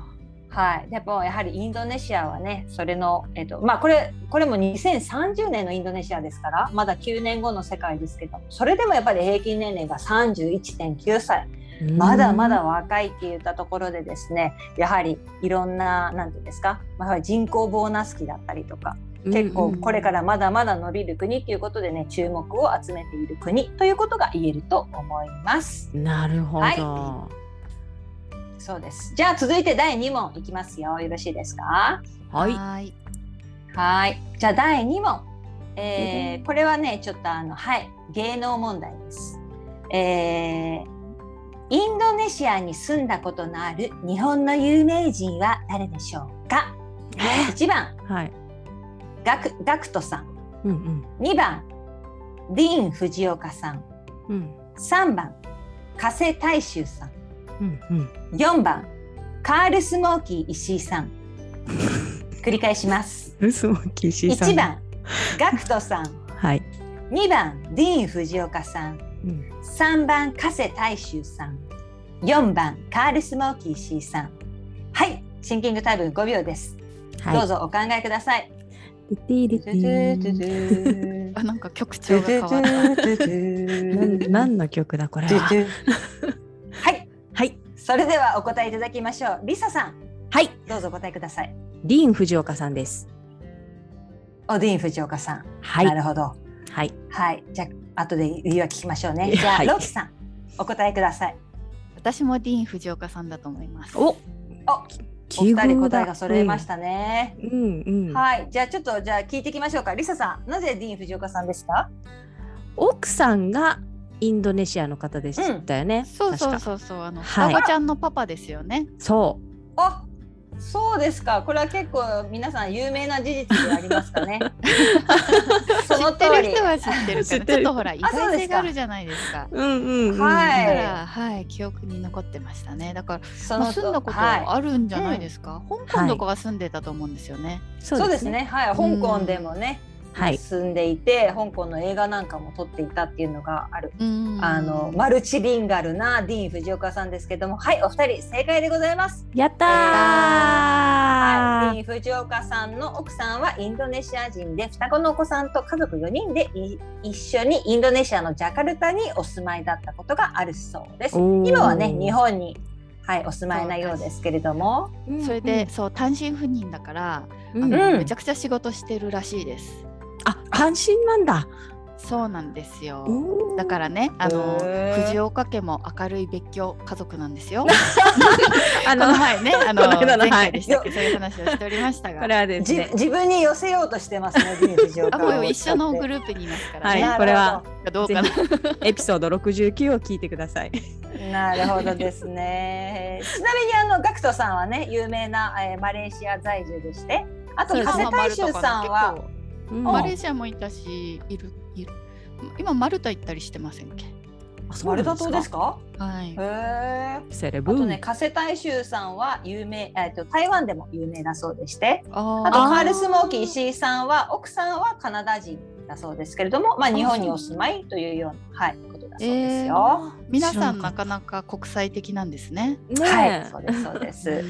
[SPEAKER 3] はい、でもやはりインドネシアはねそれの、えっとまあ、これこれも2030年のインドネシアですからまだ9年後の世界ですけどそれでもやっぱり平均年齢が31.9歳まだまだ若いって言ったところでですねやはりいろんな何て言うんですか、まあ、人口ボーナス期だったりとか結構これからまだまだ伸びる国ということでね、うんうん、注目を集めている国ということが言えると思います。
[SPEAKER 1] なるほど、
[SPEAKER 3] はい、そうですじゃあ続いて第2問いきますよよろしいですか
[SPEAKER 1] はい
[SPEAKER 3] はいじゃあ第2問、えー、これはねちょっとあのはい芸能問題です、えー、インドネシアに住んだことのある日本の有名人は誰でしょうか、えー、1番、
[SPEAKER 1] はい
[SPEAKER 3] ガクガクトさ
[SPEAKER 1] ん、うん
[SPEAKER 3] うん、2番ディーン・フジオカさん、
[SPEAKER 1] うん、
[SPEAKER 3] 3番加瀬大衆さん、
[SPEAKER 1] うんうん、
[SPEAKER 3] 4番カール・スモーキー石 井さん繰り返します
[SPEAKER 1] スモーキー石井さん
[SPEAKER 3] 1番ガクトさん、
[SPEAKER 1] はい、
[SPEAKER 3] 2番ディーン・フジオカさん、
[SPEAKER 1] うん、
[SPEAKER 3] 3番加瀬大衆さん4番カール・スモーキー石井さんはいシンキングタイム5秒です、はい、どうぞお考えください
[SPEAKER 2] あなんか曲調が変わった。
[SPEAKER 1] 何の曲だこれは。
[SPEAKER 3] はい
[SPEAKER 1] はい
[SPEAKER 3] それではお答えいただきましょう。リサさん
[SPEAKER 1] はい
[SPEAKER 3] どうぞお答えください。
[SPEAKER 1] ディーン藤岡さんです。
[SPEAKER 3] おディーン藤岡さん
[SPEAKER 1] はい
[SPEAKER 3] なるほど
[SPEAKER 1] はい
[SPEAKER 3] はいじゃあ後で理由は聞きましょうね。じゃあ、ロキさんお答えください。
[SPEAKER 2] 私もディーン藤岡さんだと思います。
[SPEAKER 1] お
[SPEAKER 3] お。お二人答えが揃えましたね。
[SPEAKER 1] うん、うん、うん、
[SPEAKER 3] はい、じゃあちょっとじゃあ聞いていきましょうか。リサさん、なぜディーン藤岡さんですか？。
[SPEAKER 1] 奥さんがインドネシアの方でしたよね。
[SPEAKER 2] うん、そうそうそうそう、あの双子、はい、ちゃんのパパですよね。
[SPEAKER 1] そう
[SPEAKER 3] あ、そうですか。これは結構皆さん有名な事実でありますかね。
[SPEAKER 2] そ の知ってる人は知ってるから、ちょっとほら意外性があるじゃないですか。。
[SPEAKER 1] うんうん、うん、
[SPEAKER 3] はい
[SPEAKER 2] だからはい記憶に残ってましたね。だからその、まあ、住んだことあるんじゃないですか。はい、香港とかは住んでたと思うんですよね。
[SPEAKER 3] そうですね。はい、香港でもね。
[SPEAKER 1] はい、
[SPEAKER 3] 住んでいて香港の映画なんかも撮っていたっていうのがあるあのマルチリンガルなディーン・藤岡さんですけどもはいお二人正解でございます
[SPEAKER 1] やった、え
[SPEAKER 3] ーはい、ディーン・藤岡さんの奥さんはインドネシア人で双子のお子さんと家族4人で一緒にインドネシアのジャカルタにお住まいだったことがあるそうです今はね日本にはい、お住まいなようですけれども、
[SPEAKER 2] それで、うん、そう単身赴任だから、うん、めちゃくちゃ仕事してるらしいです。
[SPEAKER 1] あ、単身なんだ。
[SPEAKER 2] そうなんですよ。だからね、あの藤岡家も明るい別居家族なんですよ。 あの前ね、あの前回でしたっけ、そういう話をしておりましたが、
[SPEAKER 3] 自分に寄せようとしてますね、藤岡。
[SPEAKER 2] もう一緒のグループにいますからね。
[SPEAKER 1] これは
[SPEAKER 2] どうかな。
[SPEAKER 1] エピソード69を聞いてください。
[SPEAKER 3] なるほどですね。ちなみにあのガクトさんはね、有名な、えー、マレーシア在住でして、あと加瀬大衆さんは。
[SPEAKER 2] うん、マレーシアもいたし、いる、いる。今マルタ行ったりしてませんけ。
[SPEAKER 3] マルタ島ですか。
[SPEAKER 2] はい。
[SPEAKER 3] へ
[SPEAKER 1] え。セレ
[SPEAKER 3] ブ。あとね、加瀬大衆さんは有名、えっ、ー、と、台湾でも有名だそうでして。ああと、カールスモーキー石井さんは、奥さんはカナダ人だそうですけれども、まあ、日本にお住まいというような、はい、ことだそうですよ。
[SPEAKER 2] えー、皆さん、なかなか国際的なんですね。
[SPEAKER 3] はい、そうです、そうです。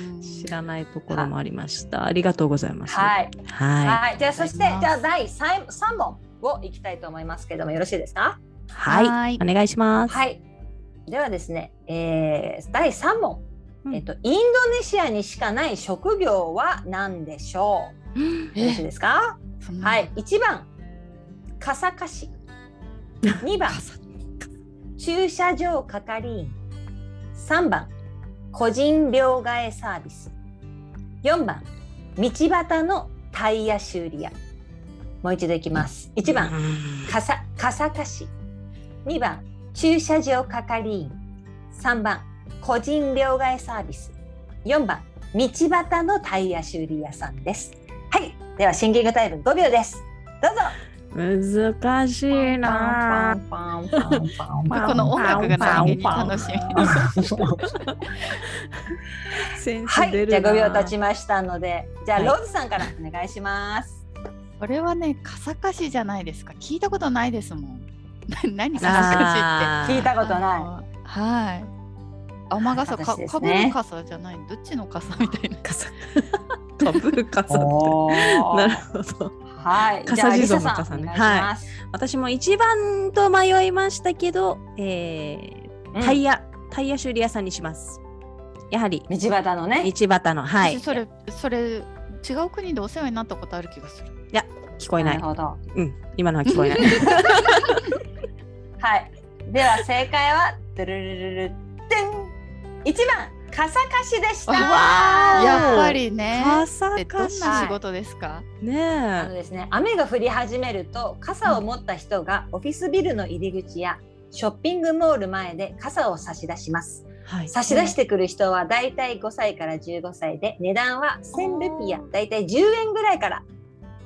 [SPEAKER 1] 知らないところもありました。ありがとうございます。
[SPEAKER 3] はい。
[SPEAKER 1] はい。
[SPEAKER 3] はい、じゃあ、そして、じゃあ、第三、三問をいきたいと思いますけども、よろしいですか。
[SPEAKER 1] はい、お願いします。
[SPEAKER 3] はい。ではですね、えー、第三問。えっと、インドネシアにしかない職業は何でしょう。よろしいですか。はい、一番かさかし2番駐車場係員3番個人両替サービス4番道端のタイヤ修理屋もう一度いきます1番かさかさかし2番駐車場係員3番個人両替サービス4番道端のタイヤ修理屋さんですはいではシンキングタイム5秒ですどうぞ
[SPEAKER 1] 難しいな。
[SPEAKER 2] この音楽が何気に楽し
[SPEAKER 1] み。
[SPEAKER 3] はい、じゃあ5秒経ちましたので、じゃあローズさんからお願いします。
[SPEAKER 2] これはね、カサカシじゃないですか。聞いたことないですもん。 何その歌詞って
[SPEAKER 1] あ
[SPEAKER 3] 聞い
[SPEAKER 1] ー
[SPEAKER 3] たことない。
[SPEAKER 2] いはい雨傘か,、
[SPEAKER 3] 形で
[SPEAKER 2] か
[SPEAKER 3] すね
[SPEAKER 2] ぶる傘じゃないどっちの傘みたいな
[SPEAKER 1] 傘かぶる傘って
[SPEAKER 3] おー
[SPEAKER 1] なるほど
[SPEAKER 3] はい。じゃ
[SPEAKER 1] 傘
[SPEAKER 3] あ
[SPEAKER 1] 地
[SPEAKER 3] リ
[SPEAKER 1] 蔵
[SPEAKER 3] サ
[SPEAKER 1] の
[SPEAKER 3] さ
[SPEAKER 1] 傘
[SPEAKER 3] ん
[SPEAKER 1] ね
[SPEAKER 3] お願いします。
[SPEAKER 1] 私も一番と迷いましたけど、えー、タイヤ、タイヤ修理屋さんにしますやはり
[SPEAKER 3] うん道端のね。
[SPEAKER 1] 道端のはい
[SPEAKER 2] 私それそれ違う国でお世話になったことある気がする
[SPEAKER 1] 聞こえ
[SPEAKER 3] な
[SPEAKER 1] な
[SPEAKER 3] る
[SPEAKER 1] い
[SPEAKER 3] ほど。は
[SPEAKER 1] うん今のは聞こえない
[SPEAKER 3] い。では正解はドゥルルルルでん。一番傘貸しでした。
[SPEAKER 1] わー
[SPEAKER 2] やっぱりね
[SPEAKER 1] 傘
[SPEAKER 2] でどんな
[SPEAKER 1] 貸し
[SPEAKER 2] 仕事ですか、
[SPEAKER 3] あの
[SPEAKER 1] ねえ
[SPEAKER 3] ですね、雨が降り始めると傘を持った人がオフィスビルの入り口やショッピングモール前で傘を差し出します
[SPEAKER 1] はい
[SPEAKER 3] 差し出してくる人はだいたい5歳から15歳で値段は1000ルピアだいたい10円ぐらいから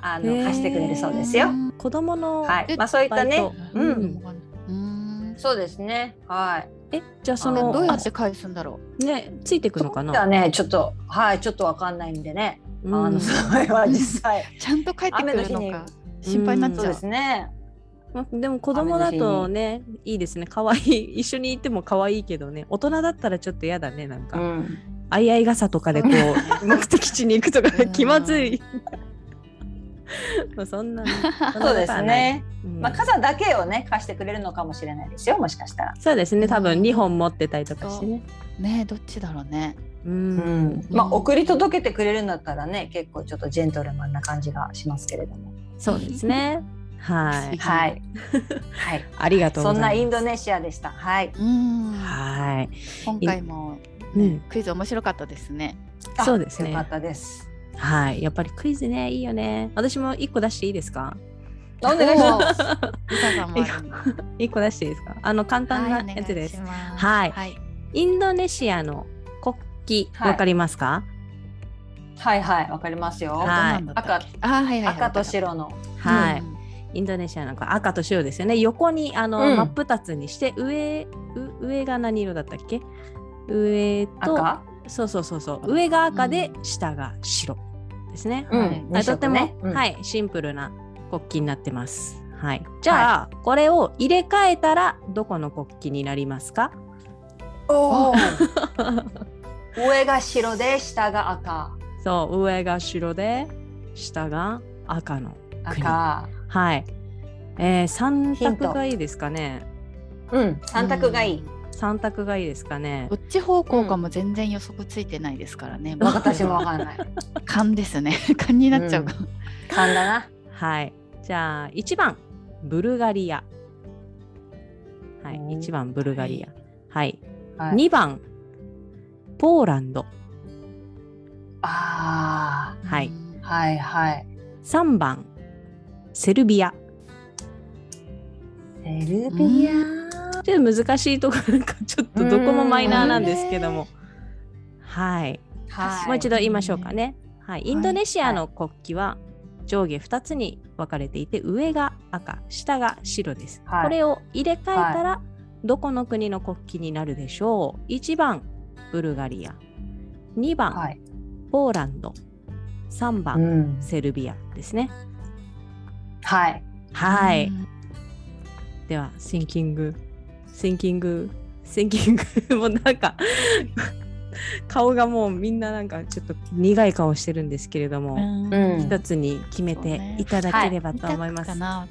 [SPEAKER 3] あ
[SPEAKER 1] へー
[SPEAKER 3] の貸してくれるそうですよ。
[SPEAKER 1] 子供の
[SPEAKER 3] はい
[SPEAKER 2] え
[SPEAKER 3] まあ、そういった
[SPEAKER 1] バイ
[SPEAKER 3] ね
[SPEAKER 1] ト
[SPEAKER 3] うん
[SPEAKER 2] うん
[SPEAKER 3] そうですねはい
[SPEAKER 1] えじゃあそ
[SPEAKER 3] あ
[SPEAKER 1] の
[SPEAKER 2] どうやって返すんだろ
[SPEAKER 1] ねついてくのか
[SPEAKER 3] じゃ
[SPEAKER 1] な
[SPEAKER 3] あねちょっとはいちょっとわかんないんでね、
[SPEAKER 1] うん
[SPEAKER 3] あのそれは実際
[SPEAKER 2] うちゃんと帰ってくる
[SPEAKER 3] 雨
[SPEAKER 2] の
[SPEAKER 3] の
[SPEAKER 2] か心配になっち
[SPEAKER 3] そう
[SPEAKER 2] ゃ
[SPEAKER 3] で
[SPEAKER 2] う
[SPEAKER 3] すね
[SPEAKER 1] ま でも子供だとねいいですね可愛い 一緒にいても可愛いけどね大人だったらちょっと嫌だねなん
[SPEAKER 3] う
[SPEAKER 1] か
[SPEAKER 3] ん
[SPEAKER 1] あいあい傘とかでこう目的地に行くとか
[SPEAKER 2] うん
[SPEAKER 1] 気まずい まあそんなねそんな
[SPEAKER 3] そう
[SPEAKER 1] こ
[SPEAKER 3] で
[SPEAKER 1] とはな
[SPEAKER 3] す
[SPEAKER 1] い
[SPEAKER 3] ね、
[SPEAKER 1] うん
[SPEAKER 3] まあ、傘だけをね貸してくれるのかもしれないですよもしかしたら。
[SPEAKER 1] そうですね多
[SPEAKER 2] う
[SPEAKER 1] 分
[SPEAKER 2] ん
[SPEAKER 1] 2本持ってたりとかしてね
[SPEAKER 2] ねえどっちだろうね
[SPEAKER 1] うん
[SPEAKER 3] うんまあ、送り届けてくれるんだったらね結構ちょっとジェントルマンな感じがしますけれども
[SPEAKER 1] そうですねはい
[SPEAKER 3] は
[SPEAKER 2] はい
[SPEAKER 3] はい
[SPEAKER 1] ありがとう
[SPEAKER 3] そ
[SPEAKER 1] ご
[SPEAKER 3] ん
[SPEAKER 1] ざ
[SPEAKER 3] ないイ
[SPEAKER 1] ま
[SPEAKER 3] ン
[SPEAKER 1] す
[SPEAKER 3] ドネシアでしたはい
[SPEAKER 2] うん
[SPEAKER 1] はい
[SPEAKER 2] 今回も
[SPEAKER 1] うん
[SPEAKER 2] クイズ面白かったで すね
[SPEAKER 3] あ
[SPEAKER 1] そうですね
[SPEAKER 3] よかったです
[SPEAKER 1] はいやっぱりクイズねいいよね私も1個出していいですか
[SPEAKER 3] お願いします
[SPEAKER 2] リサさんもあるんで
[SPEAKER 1] 1個出していいですかあの簡単なやつです、
[SPEAKER 2] はいお願いします
[SPEAKER 1] はい
[SPEAKER 2] はい
[SPEAKER 1] インドネシアの国旗
[SPEAKER 3] はい
[SPEAKER 1] わかりますか、
[SPEAKER 3] はいはいわかりますよ、
[SPEAKER 1] はい
[SPEAKER 2] どんなんだったっけあーはいはいはい
[SPEAKER 3] 赤と白の
[SPEAKER 1] はい、
[SPEAKER 2] うん
[SPEAKER 1] インドネシアの国赤と白ですよね横にあの、
[SPEAKER 3] うん
[SPEAKER 1] 真っ二つにして上う上が何色だったっけ上と
[SPEAKER 3] 赤
[SPEAKER 1] そうそうそうそう上が赤で下が白ですね、
[SPEAKER 3] うん、
[SPEAKER 2] はい
[SPEAKER 1] は
[SPEAKER 3] 二
[SPEAKER 1] い、とて
[SPEAKER 3] 色
[SPEAKER 1] も、
[SPEAKER 3] ねうん
[SPEAKER 1] はい、シンプルな国旗になってます。はい、じゃあ、これを入れ替えたらどこの国旗になりますか
[SPEAKER 3] おー上が白で下が赤
[SPEAKER 1] そう上が白で下が赤の。
[SPEAKER 3] 赤
[SPEAKER 1] はい、えー、3
[SPEAKER 3] ヒン
[SPEAKER 1] 択
[SPEAKER 3] ト
[SPEAKER 1] がいいですかね
[SPEAKER 3] うん三択がいい、
[SPEAKER 1] 3択がいいですかね
[SPEAKER 2] どっち方向かも全然予測ついてないですからね。
[SPEAKER 3] 私もわかんない
[SPEAKER 2] 勘ですね。 勘になっちゃうかも。
[SPEAKER 3] 勘だな
[SPEAKER 1] はいじゃあ1番ブルガリアはい
[SPEAKER 3] うん
[SPEAKER 1] 1番ブルガリアはい、
[SPEAKER 3] はい
[SPEAKER 1] 2番ポーランド
[SPEAKER 3] あ
[SPEAKER 1] はい
[SPEAKER 2] うん
[SPEAKER 3] あはいはい
[SPEAKER 1] 3番セルビア
[SPEAKER 3] セル
[SPEAKER 2] ビア
[SPEAKER 1] ちょっと難しいところかちょっとどこもマイナーなんですけども、はい、
[SPEAKER 3] はい、
[SPEAKER 1] もう一度言いましょうかね。はい、インドネシアの国旗は上下2つに分かれていて、上が赤、下が白です。
[SPEAKER 3] はい
[SPEAKER 1] これを入れ替えたら、どこの国の国旗になるでしょう ?1 番ブルガリア、2番、
[SPEAKER 3] はい、
[SPEAKER 1] ポーランド、3
[SPEAKER 3] う
[SPEAKER 1] 番、
[SPEAKER 3] ん、
[SPEAKER 1] セルビアですね。
[SPEAKER 3] はい、
[SPEAKER 1] はい、。では、シンキング、シンキング、シンキング、 もうなんか、顔がもうみんななんかちょっと苦い顔してるんですけれども、
[SPEAKER 2] うん
[SPEAKER 3] うん
[SPEAKER 1] 一つに決めていただければと思います。
[SPEAKER 2] 二択かな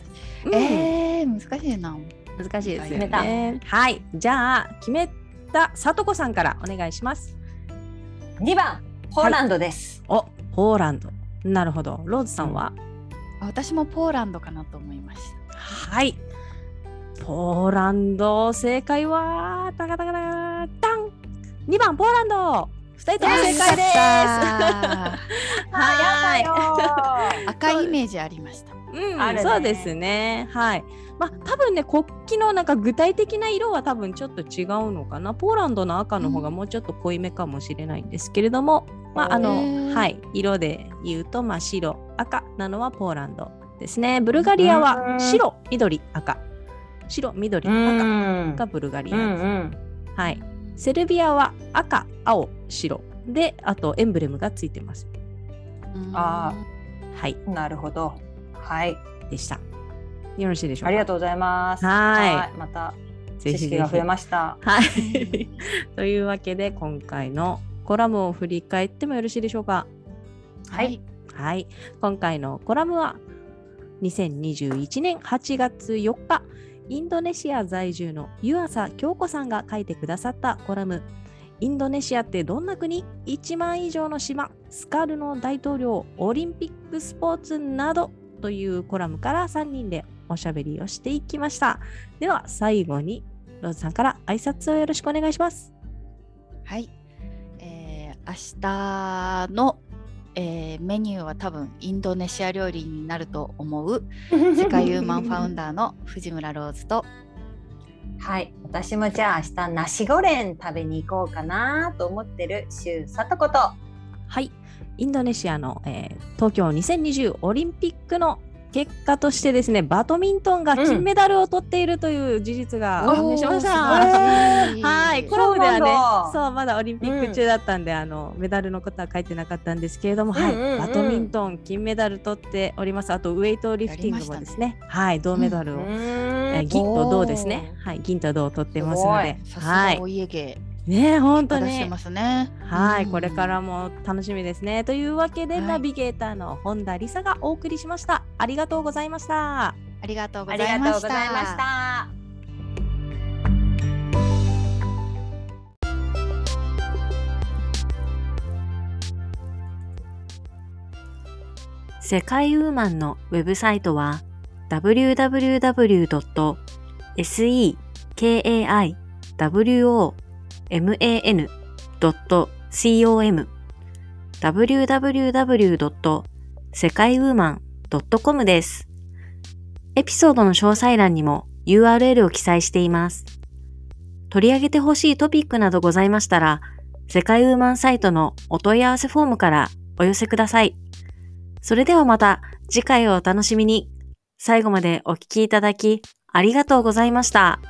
[SPEAKER 1] うん
[SPEAKER 2] えー難しいな。
[SPEAKER 1] 難しいですよ
[SPEAKER 3] 決め
[SPEAKER 1] ね。はい、じゃあ決めたさとこさんからお願いします。
[SPEAKER 3] 二番ポーランドです。
[SPEAKER 1] お、ポーランド。なるほど。ローズさんは、
[SPEAKER 2] 私もポーランドかなと思いまし
[SPEAKER 1] はい。ポーランド正解はタカタカタカタン。二番ポーランド。二人と
[SPEAKER 2] た。
[SPEAKER 1] も正解です。
[SPEAKER 2] やった
[SPEAKER 1] は
[SPEAKER 3] やだ
[SPEAKER 2] ー赤いイメージありました。
[SPEAKER 1] うん、
[SPEAKER 3] あるね
[SPEAKER 1] そうですね。はい。まあ多分ね国旗のなんか具体的な色は多分ちょっと違うのかな。ポーランドの赤の方がもうちょっと濃いめかもしれないんですけれども、まああ
[SPEAKER 2] へ
[SPEAKER 1] の
[SPEAKER 2] ー
[SPEAKER 1] はい色で言うとまあ白赤なのはポーランドですね。ブルガリア
[SPEAKER 3] う
[SPEAKER 1] は
[SPEAKER 3] ん
[SPEAKER 1] 白緑赤白緑
[SPEAKER 3] う
[SPEAKER 1] 赤
[SPEAKER 3] ん
[SPEAKER 1] がブルガリ
[SPEAKER 3] う
[SPEAKER 1] ア
[SPEAKER 3] ん
[SPEAKER 1] です。はい。セルビアは赤青白であとエンブレムがついてます。
[SPEAKER 2] うん
[SPEAKER 3] あ
[SPEAKER 1] はい
[SPEAKER 3] うん、なるほど。はい、
[SPEAKER 1] でした。よろしいでしょうか
[SPEAKER 3] ありがとうございます。
[SPEAKER 1] はい
[SPEAKER 3] いまた
[SPEAKER 1] ぜひぜ
[SPEAKER 3] 知
[SPEAKER 1] ひ
[SPEAKER 3] 識が増えました。
[SPEAKER 1] はい。 というわけで今回のコラムを振り返ってもよろしいでしょうか。
[SPEAKER 3] はい。
[SPEAKER 1] はい。今回のコラムは2021年8月4日、インドネシア在住の湯浅京子さんが書いてくださったコラム。インドネシアってどんな国 ?1 万以上の島、スカルの大統領、オリンピックスポーツなどというコラムから3人でおしゃべりをしていきました。では最後にローズさんから挨拶をよろしくお願いします。
[SPEAKER 2] はい、えー明日の、えーメニューは多分インドネシア料理になると思 う世界ユーマンファウンダーの藤村ローズと
[SPEAKER 3] はい。私もじゃあ明日ナシゴレン食べに行こうかなと思ってる周さとこと。
[SPEAKER 1] はい、インドネシアの、えー東京2020オリンピックの結果としてですね、バドミントンが金メダルを取っているという事実が
[SPEAKER 3] うん
[SPEAKER 1] 判明しまし
[SPEAKER 3] おー素晴ら
[SPEAKER 1] た。
[SPEAKER 3] しい
[SPEAKER 1] はい、コ
[SPEAKER 3] こ
[SPEAKER 1] ラムでは
[SPEAKER 3] そうなん
[SPEAKER 1] ね
[SPEAKER 3] だ、
[SPEAKER 1] そうまだオリンピック中だったんで、あのメダルのことは書いてなかったんですけれども、はい、
[SPEAKER 3] うんうんうん
[SPEAKER 1] バドミントン金メダル取っております。あとウエイトリフティングもですね、はい、銅メダルを、えー
[SPEAKER 3] え
[SPEAKER 1] 銀と銅ですね、はい、銀と銅を取ってますので、
[SPEAKER 2] さす
[SPEAKER 1] は
[SPEAKER 2] が
[SPEAKER 1] い
[SPEAKER 2] お、家芸
[SPEAKER 1] ね本当
[SPEAKER 2] 出して
[SPEAKER 1] に
[SPEAKER 2] ますね。
[SPEAKER 1] はい、
[SPEAKER 2] うん
[SPEAKER 1] これからも楽しみですね。というわけで、
[SPEAKER 2] はい
[SPEAKER 1] ナビゲーターの本田理沙がお送りしました。ありがとうございました。
[SPEAKER 2] ありがとうご
[SPEAKER 3] あ
[SPEAKER 2] ざ
[SPEAKER 3] りが
[SPEAKER 2] い
[SPEAKER 3] と
[SPEAKER 2] ま
[SPEAKER 3] うご
[SPEAKER 2] し。
[SPEAKER 3] ざいましたた。
[SPEAKER 4] 世界ウーマンのウェブサイトは www.sekaiwoman.com www.sekaiwoman.com です。エピソードの詳細欄にも URL を記載しています。取り上げてほしいトピックなどございましたら、世界ウーマンサイトのお問い合わせフォームからお寄せください。それではまた次回をお楽しみに。最後までお聞きいただきありがとうございました。